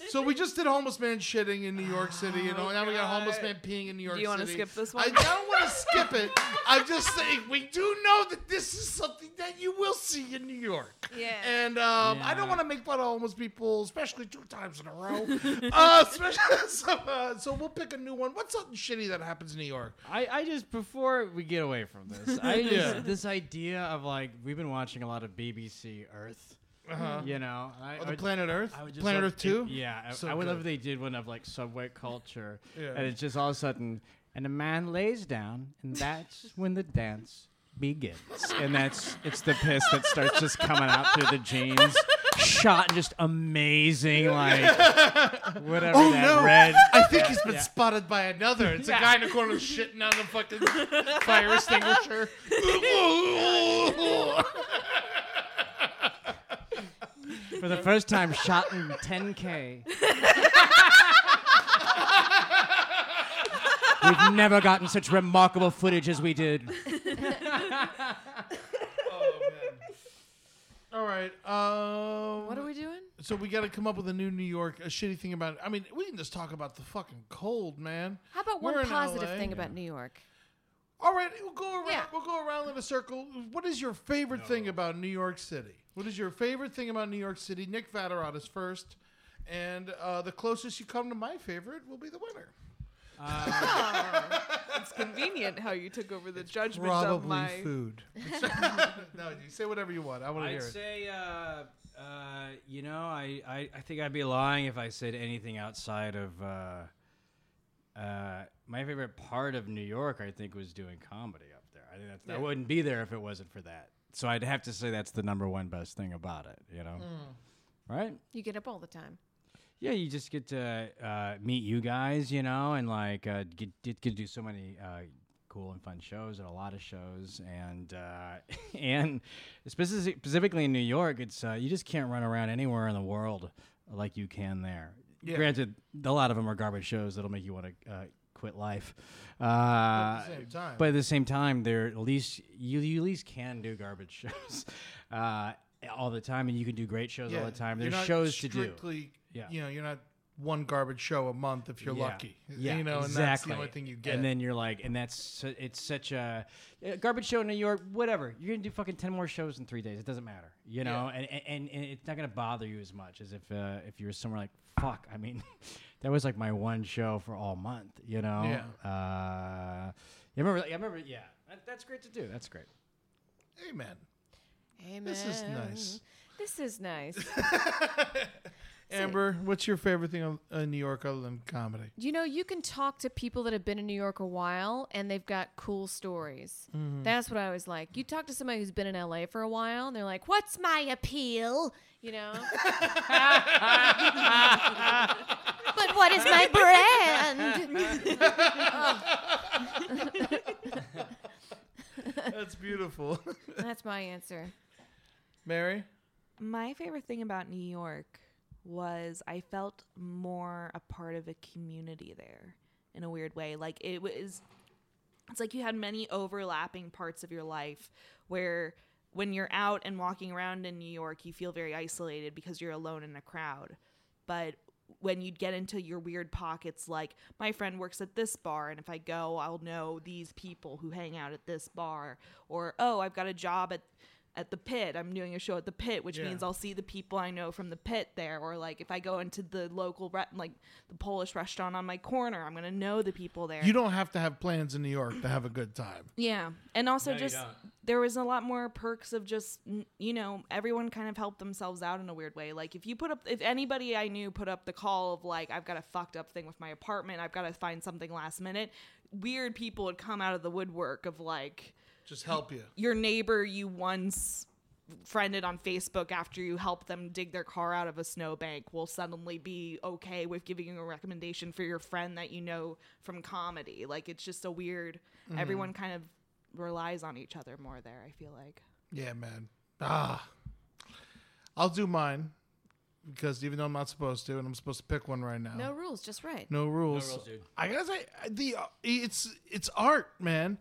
So we just did homeless man shitting in New York City, you know. Now we got homeless man peeing in New York
you wanna
City.
skip this
I
one?
don't want to skip it. I'm just saying we do know that this is something that you will see in New York.
Yeah.
And um, I don't
Yeah.
want to make fun of homeless people, especially two times in a row. uh, especially, so, uh, so we'll pick a new one. What's something shitty that happens in New York?
I, I just before we get away from this, I just,
Yeah.
this idea of like we've been watching a lot of BBC Earth,
Uh-huh.
you know, and I,
Oh, the
I would-
Planet Earth?
I would just
Planet
love
Earth
if-
2?
yeah, I-
So
I would love
good.
if they did one of like subway culture,
Yeah.
and it's just all of a sudden, and a man lays down, and that's when the dance begins, and that's it's the piss that starts just coming out through the jeans, shot just amazing like whatever
oh
that
no!
red.
I think he's been
Yeah.
spotted by another. It's a guy in the corner shitting on the fucking fire extinguisher.
for the first time shot in 10k we've never gotten such remarkable footage as we did Oh,
All right. Um,
What are we doing?
So we got to come up with a new New York, a shitty thing about. I mean, we can just talk about the fucking cold, man.
How about
We're
one
in
positive
LA.
thing about New York?
All right, we'll go around. We'll go around in a circle. What is your favorite thing about New York City? What is your favorite thing about New York City? Nick Vatterott is first, and uh, the closest you come to my favorite will be the winner.
It's convenient how you took over the judgment of
Probably
my
food. no, you say whatever you want. I want to hear
i'd
it.
say uh, uh, you know I, I, I think i'd be lying if i said anything outside of uh, uh, my favorite part of new york i think was doing comedy up there i think that's, i
Yeah.
wouldn't be there if it wasn't for that so i'd have to say that's the number one best thing about it you know
Mm.
Hmm.
right
You get up all the time.
Yeah, you just get to uh, meet you guys, you know, and like uh, get, get get to do so many uh, cool and fun shows and a lot of shows, and uh, and specific, specifically in New York, it's uh, you just can't run around anywhere in the world like you can there.
Yeah.
Granted, a lot of them are garbage shows that'll make you want to uh, quit life. Uh,
same time.
But at the same time, they're at least you, you at least can do garbage shows uh, all the time, and you can do great shows all the time.
You're
There's
not
shows to do.
strictly-
Yeah.
You know, you're not one garbage show a month if you're
Yeah.
lucky.
Yeah,
You know,
exactly.
and that's the only thing you get.
And then you're like, and that's su- it's such a a garbage show in New York. Whatever, you're gonna do fucking ten more shows in three days. It doesn't matter, you know. And, and and it's not gonna bother you as much as if uh, if you're somewhere like fuck. I mean, that was like my one show for all month, you know.
Yeah.
Uh, you remember? I remember. Yeah, that, that's great to do. That's great.
Amen.
Amen.
This is nice.
This is nice.
Amber, what's your favorite thing on- in New York other than comedy?
You know, you can talk to people that have been in New York a while and they've got cool stories.
Mhm.
That's what I was like. You talk to somebody who's been in LA for a while and they're like, What's my appeal? You know? but what is my brand? Oh.
That's beautiful.
That's my answer.
Mary?
My favorite thing about New York was I felt more a part of a community there in a weird way. Like it was it's like you had many overlapping parts of your life where when you're out and walking around in New York, you feel very isolated because you're alone in a crowd. But when you'd get into your weird pockets, like my friend works at this bar, and if I go, I'll know these people who hang out at this bar, or oh, I've got a job at at the pit. I'm doing a show at the pit, which
Yeah.
means I'll see the people I know from the pit there. Or like if I go into the local re- like the Polish restaurant on my corner, I'm gonna know the people there.
You don't have to have plans in New York to have a good time.
Yeah, and also
No, you
just
don't.
there was a lot more perks of just n- you know everyone kind of helped themselves out in a weird way. Like if you put up, if anybody I knew put up the call of like I've got a fucked up thing with my apartment, I've got to find something last minute. Weird people would come out of the woodwork of like
Just help you.
your neighbor you once friended on Facebook after you helped them dig their car out of a snowbank will suddenly be okay with giving you a recommendation for your friend that you know from comedy. Like it's just a weird
Mhm.
everyone kind of relies on each other more there, I feel like.
Yeah, man. Ah, I'll do mine because even though I'm not supposed to, and I'm supposed to pick one right now.
No rules, just right.
Oh. No rules.
No rules, dude.
I gotta say, the uh, it's it's art, man.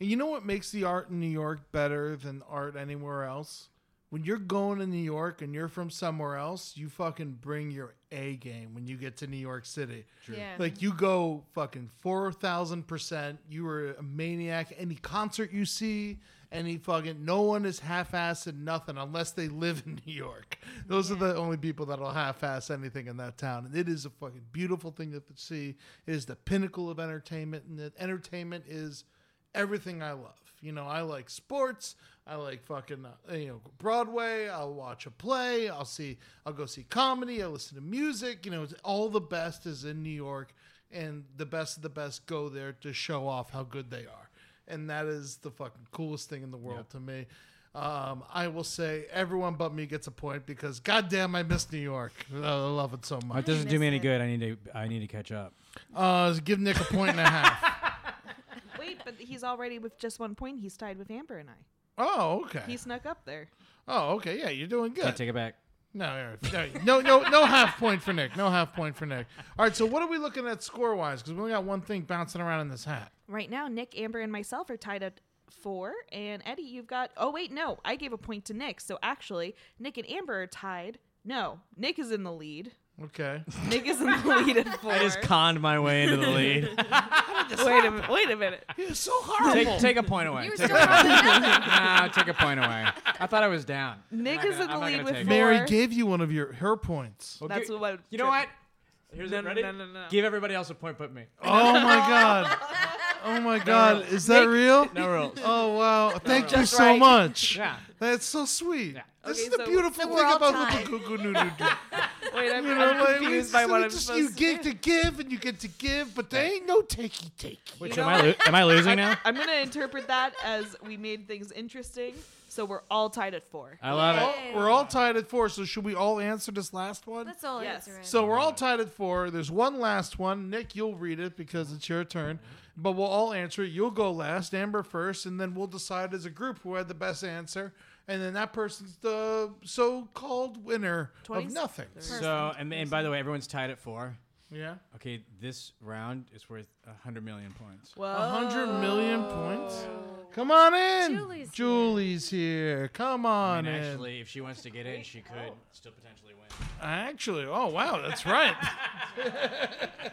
And you know what makes the art in New York better than art anywhere else? When you're going to New York and you're from somewhere else, you fucking bring your A game when you get to New York City.
True. Yeah.
Like you go fucking four thousand percent. You are a maniac. Any concert you see, any fucking no one is half-assed in nothing unless they live in New York. Those are the only people that'll half-ass anything in that town, and it is a fucking beautiful thing to see. It is the pinnacle of entertainment, and the entertainment is everything I love. You know, I like sports. I like fucking uh, you know Broadway. I'll watch a play. I'll see. I'll go see comedy. I listen to music. You know, it's- all the best is in New York, and the best of the best go there to show off how good they are, and that is the fucking coolest thing in the world to me. Um, I will say everyone but me gets a point because goddamn, I miss New York. I love it so much.
It doesn't do me any good. I need to. I need to catch up.
Uh, give Nick a point and a half.
Wait, but he's already with just one point, he's tied with Amber and I.
Oh, okay.
He snuck up there.
Oh, okay. Yeah, you're doing good.
Can't take it back.
No, no, no, no, no half point for Nick. No half point for Nick. All right, so what are we looking at score wise? Because we only got one thing bouncing around in this hat.
Right now, Nick, Amber, and myself are tied at four. And Eddie, you've got. Oh, wait, no. I gave a point to Nick. So actually, Nick and Amber are tied. No, Nick is in the lead.
Okay.
Nick is in the lead at four.
I just conned my way into the lead.
wait, a, mi- wait a minute.
He's so
take, take a point away.
You were
Take
so
a-
wrong
no, take a point away. I thought I was down.
Nick is
I'm not
in
gonna-
the
I'm not
lead
gonna
with
take it.
Mary gave you one of your her points.
Well,
That's
gi-
what.
You know what?
Here's
no,
what-
no,
ready?
no, no, no. Give everybody else a point, but me.
Oh my god. Oh my god.
rules.
Is that
Nick-
real?
No rules.
Oh wow. Thank you
rules.
so
Just right.
much.
Yeah.
That's so sweet. This
Okay,
is the
so-
beautiful
so we're
thing
all
about
tied.
Hoopagoo Goo Noo Noo Doo.
Wait, I'm,
You know,
I'm
like, we
confused
just-
by what
we
I'm
just-
supposed
You get to give and you get to give, but there ain't no takey takey.
Wait, so am I, lo- am I losing now?
I'm going to interpret that as we made things interesting. So we're all tied at four.
I love it.
Oh, we're all tied at four, so should we all answer this last one?
Let's all
Yes.
answer it.
So we're all tied at four. There's one last one. Nick, you'll read it because it's your turn, but we'll all answer it. You'll go last, Amber first, and then we'll decide as a group who had the best answer. And then that person's the so called winner of nothing.
So, and, and by the way, everyone's tied at four.
Yeah.
Okay, this round is worth a 100 million points.
A hundred million points. Come on in.
Julie's here.
Julie's here. Come
I
on
mean,
in.
actually, if she wants to get in, she could still potentially win.
Actually, oh wow, that's right.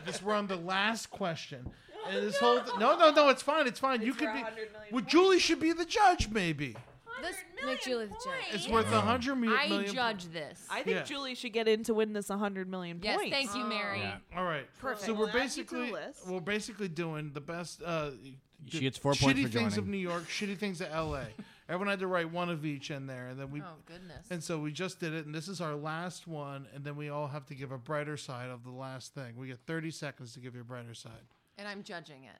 this we're on the last question, and this whole th- Oh, no, no, no, it's fine, it's fine. you could be. Well, Julie should be the judge, maybe.
Let's make Julie the judge.
It's worth a hundred mi-
I
million
judge this.
I think
Yeah.
Julie should get in to win this 100 million
Yes,
points.
thank you, Mary. Yeah.
All right,
Perfect.
So
Well,
we're
add you to
basically
the list.
we're basically doing the best. Uh,
She gets four points
Shitty
for
things
joining.
of New York, shitty things of L.A. Everyone had to write one of each in there, and then we.
Oh, goodness.
And so we just did it, and this is our last one, and then we all have to give a brighter side of the last thing. We get thirty seconds to give your brighter side.
And I'm judging it.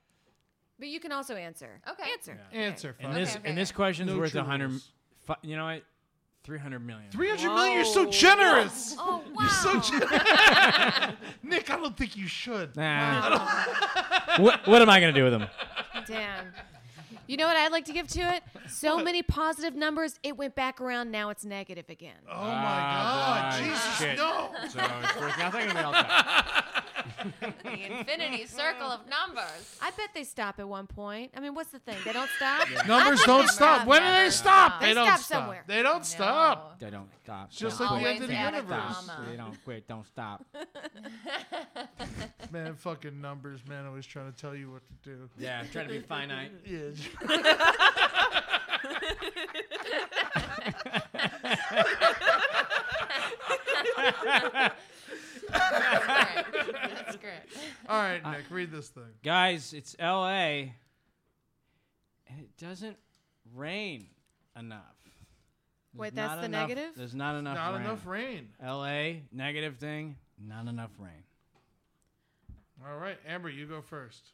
But you can also answer. Okay. Answer.
Answer.
And
fine.
this and this question's
No
worth
true
a 100. Fi- you know what? 300 million.
300 million? You're so generous. Oh, wow. You're so generous. Nick, I don't think you should.
Nah.
I don't-
what, what am I going to do with them?
Damn. You know what I'd like to give to it? So many positive numbers, it went back around. Now it's negative again.
Oh my Oh God, Jesus, no.
So it's worth nothing and we all tie.
the infinity circle of numbers.
I bet they stop at one point. I mean, what's the thing? They don't stop. I
Numbers
bet
don't
they
stop. When do they
Never
stop?
They,
They don't
stop,
stop.
somewhere.
They don't stop.
They don't stop.
It's just
Don't
like the
quit.
end of the
Don't
universe.
stop. They don't quit. Don't stop.
Man, fucking numbers, man, always trying to tell you what to do.
Yeah, trying to be finite.
yeah.
That's great. That's great.
All right,
Uh,
Nick, read this thing.
Guys, it's LA. And it doesn't rain enough. There's
Wait, that's
not
the
enough-
negative?
There's not enough
Not
rain.
enough rain.
LA, negative thing, not enough rain.
All right, Amber, you go first.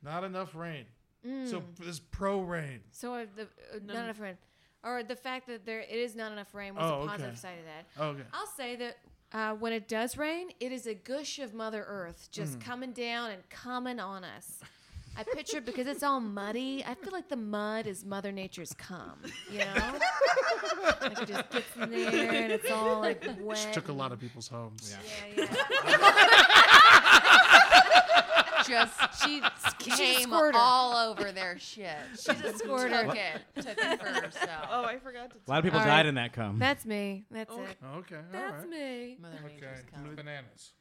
Not enough rain. So
Mm.
it's pro rain.
So uh, the uh, not
no.
enough rain, or the fact that there it is not enough rain was
Oh,
a
okay.
positive side of that.
Okay.
I'll say that uh, when it does rain, it is a gush of Mother Earth just
Mm.
coming down and coming on us. I picture because it's all muddy. I feel like the mud is Mother Nature's cum. You know, like it just gets in there and it's all like wet.
Just took a lot of people's homes.
Just she
She's a
came
squirter.
all over their shit. She's
a squirter.
Took it. Took it for herself.
Oh, I forgot to.
A lot of people
All
died
right.
in that cum.
That's me. That's
Oh.
it.
Okay. all
That's
right.
me.
Mother
Okay.
Nature's cum.
Bananas.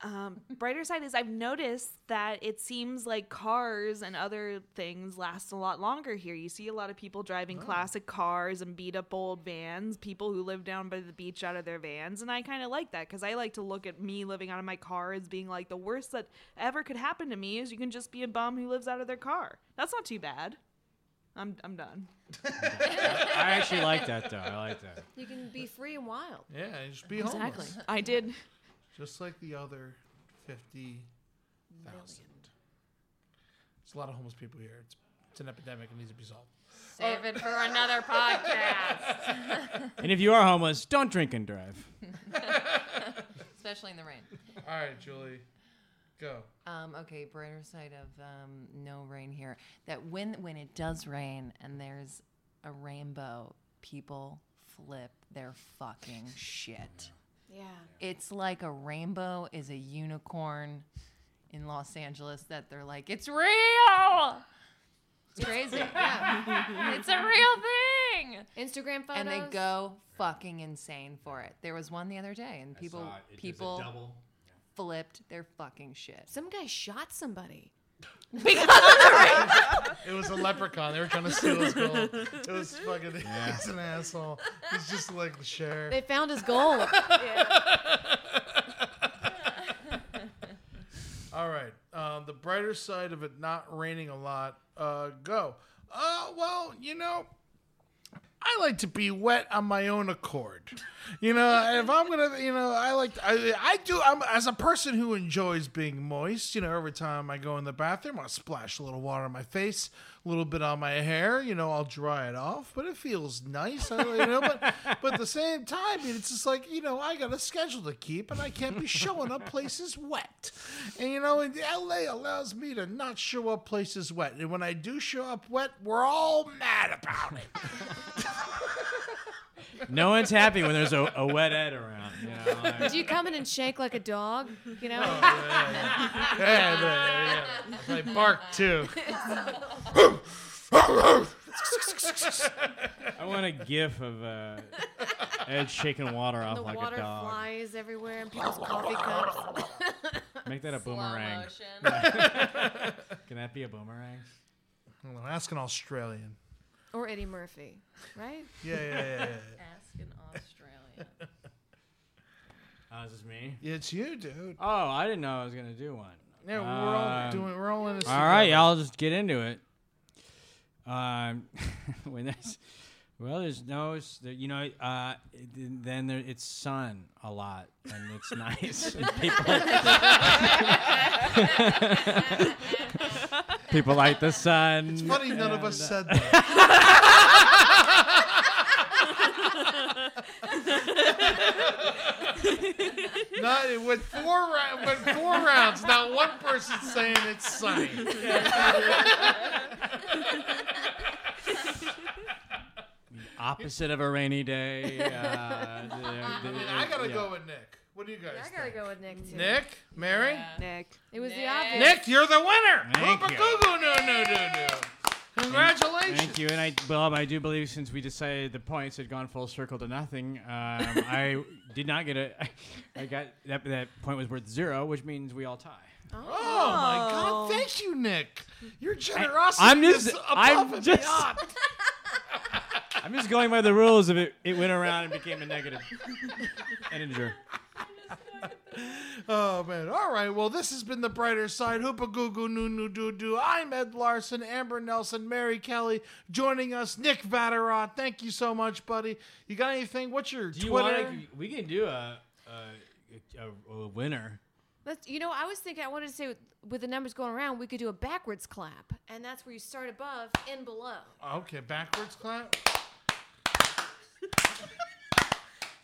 Um, brighter side is I've noticed that it seems like cars and other things last a lot longer here. You see a lot of people driving classic cars and beat up old vans, people who live down by the beach out of their vans. And I kind of like that because I like to look at me living out of my car as being like the worst that ever could happen to me is you can just be a bum who lives out of their car. That's not too bad. I'm, I'm done.
I actually like that though. I like that.
You can be free and wild.
Yeah, and just be
Exactly.
homeless.
I did.
Just like the other 50,000. There's a lot of homeless people here. It's, it's an epidemic. It needs to be solved.
Save
Uh,
it for another podcast.
And if you are homeless, don't drink and drive.
Especially in the rain.
All right, Julie, go.
Um, okay, brighter side of um, no rain here. That when when it does rain and there's a rainbow, people flip their fucking shit.
Yeah.
It's like a rainbow is a unicorn in Los Angeles that they're like, it's real. It's crazy. yeah. It's a real thing.
Instagram photos.
And they go fucking insane for it. There was one the other day, and people
saw it. It was a
people
double.
flipped their fucking shit.
Some guy shot somebody.
It was a leprechaun. They were trying to steal his gold. It was fucking. He's an asshole. He's just like the sheriff.
They found his gold.
All right. Um, the brighter side of it not raining a lot. Uh, go. Uh, well, you know, I like to be wet on my own accord. You know, if I'm gonna, you know, I like, I, I do. I'm as a person who enjoys being moist. You know, every time I go in the bathroom, I'll splash a little water on my face, a little bit on my hair. You know, I'll dry it off, but it feels nice. I, you know, but but at the same time, it's just like you know, I got a schedule to keep, and I can't be showing up places wet. And you know, and LA allows me to not show up places wet. And when I do show up wet, we're all mad about it.
No one's happy when there's a, a wet head around. You know, like-
Do you come in and shake like a dog? You know?
yeah, yeah, yeah. They bark too.
I want a gif of uh, Ed shaking water off
the
like
water
a dog.
flies everywhere in people's coffee cups.
Make that a boomerang.
motion.
Yeah. Can that be a boomerang?
Well, ask an Australian.
or Eddie Murphy, right?
Yeah, yeah, yeah, yeah.
Ask an Australian.
Oh, is this me?
It's you, dude.
Oh, I didn't know I was gonna do one.
Yeah, we're all
Um,
doing. We're all in this.
All right,
together.
y'all, just get into it. Um, when there's, well, there's no, s- there- you know, uh, it- then there, it's sun a lot, and it's nice. and people, people like the sun.
It's funny none of us
and, uh,
said that. not it went four rounds. Went four rounds. Not one person saying it's sunny.
opposite of a rainy day. Uh, uh,
I mean, I gotta go with Nick. What What do you guys?
I gotta go with Nick too.
Nick, Mary,
Nick. It was the obvious.
Nick, you're the winner.
Thank
Hoopa
you.
goo no no no no. Congratulations.
Thank you. And I, Bob, I do believe since we decided the points had gone full circle to nothing, um, I did not get a. I got that that point was worth zero, which means we all tie.
Oh, my God! Thank you, Nick. Your generosity
I'm just-
is above
I'm
and
just-
beyond.
I'm just going by the rules of it. It went around and became a negative integer.
Oh man! All right. Well, this has been the brighter side. Hoopa goo goo noo noo doo doo. I'm Ed Larson, Amber Nelson, Mary Kelly, joining us, Nick Vatterott. Thank you so much, buddy. You got anything? What's your
Do
Twitter?
you want? to We can do a a, a, a winner.
Let's, you know, I was thinking I wanted to say with, with the numbers going around, we could do a backwards clap, and that's where you start above and below.
Okay, backwards clap.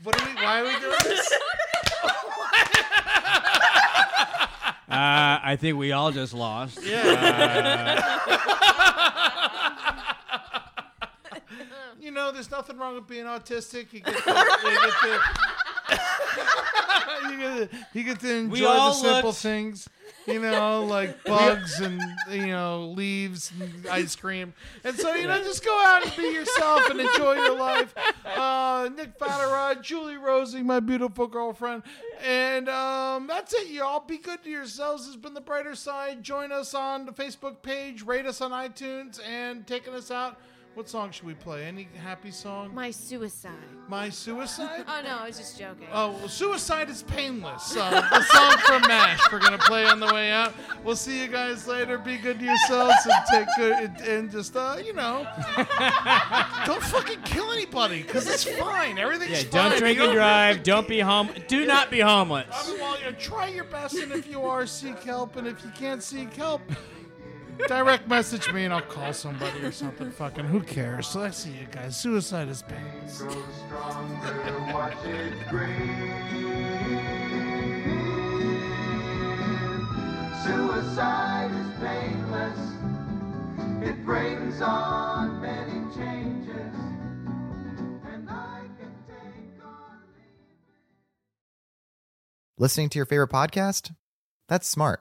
what are we? Why are we doing this?
Uh, I think we all just lost.
you know, there's nothing wrong with being autistic. You get to, you get to, you get to, you get to enjoy the
all
simple
looked-
things. You know, like bugs and you know leaves and ice cream, and so you know just go out and be yourself and enjoy your life. Uh, Nick Fatterod, Julie Rosie, my beautiful girlfriend, and um, that's it. You all be good to yourselves. This has been the brighter side. Join us on the Facebook page, rate us on iTunes, and taking us out. What song should we play? Any happy song?
My suicide.
My suicide.
oh no, I was just joking.
Oh, well, suicide is painless. Uh, the song from Mash we're gonna play on the way out. We'll see you guys later. Be good to yourselves and take good and, and just uh, you know, don't fucking kill anybody because it's fine. Everything's
Yeah, don't
fine.
drink
You
and
don't-
drive. Don't be home. Um, Do not be homeless.
I mean, well, you know, try your best, and if you are, seek help. And if you can't seek help, direct message me and I'll call somebody or something. Fucking who cares? So I see you guys. Suicide is painless.
Suicide is painless. It brings on many changes. And I can take on.
Listening to your favorite podcast? That's smart.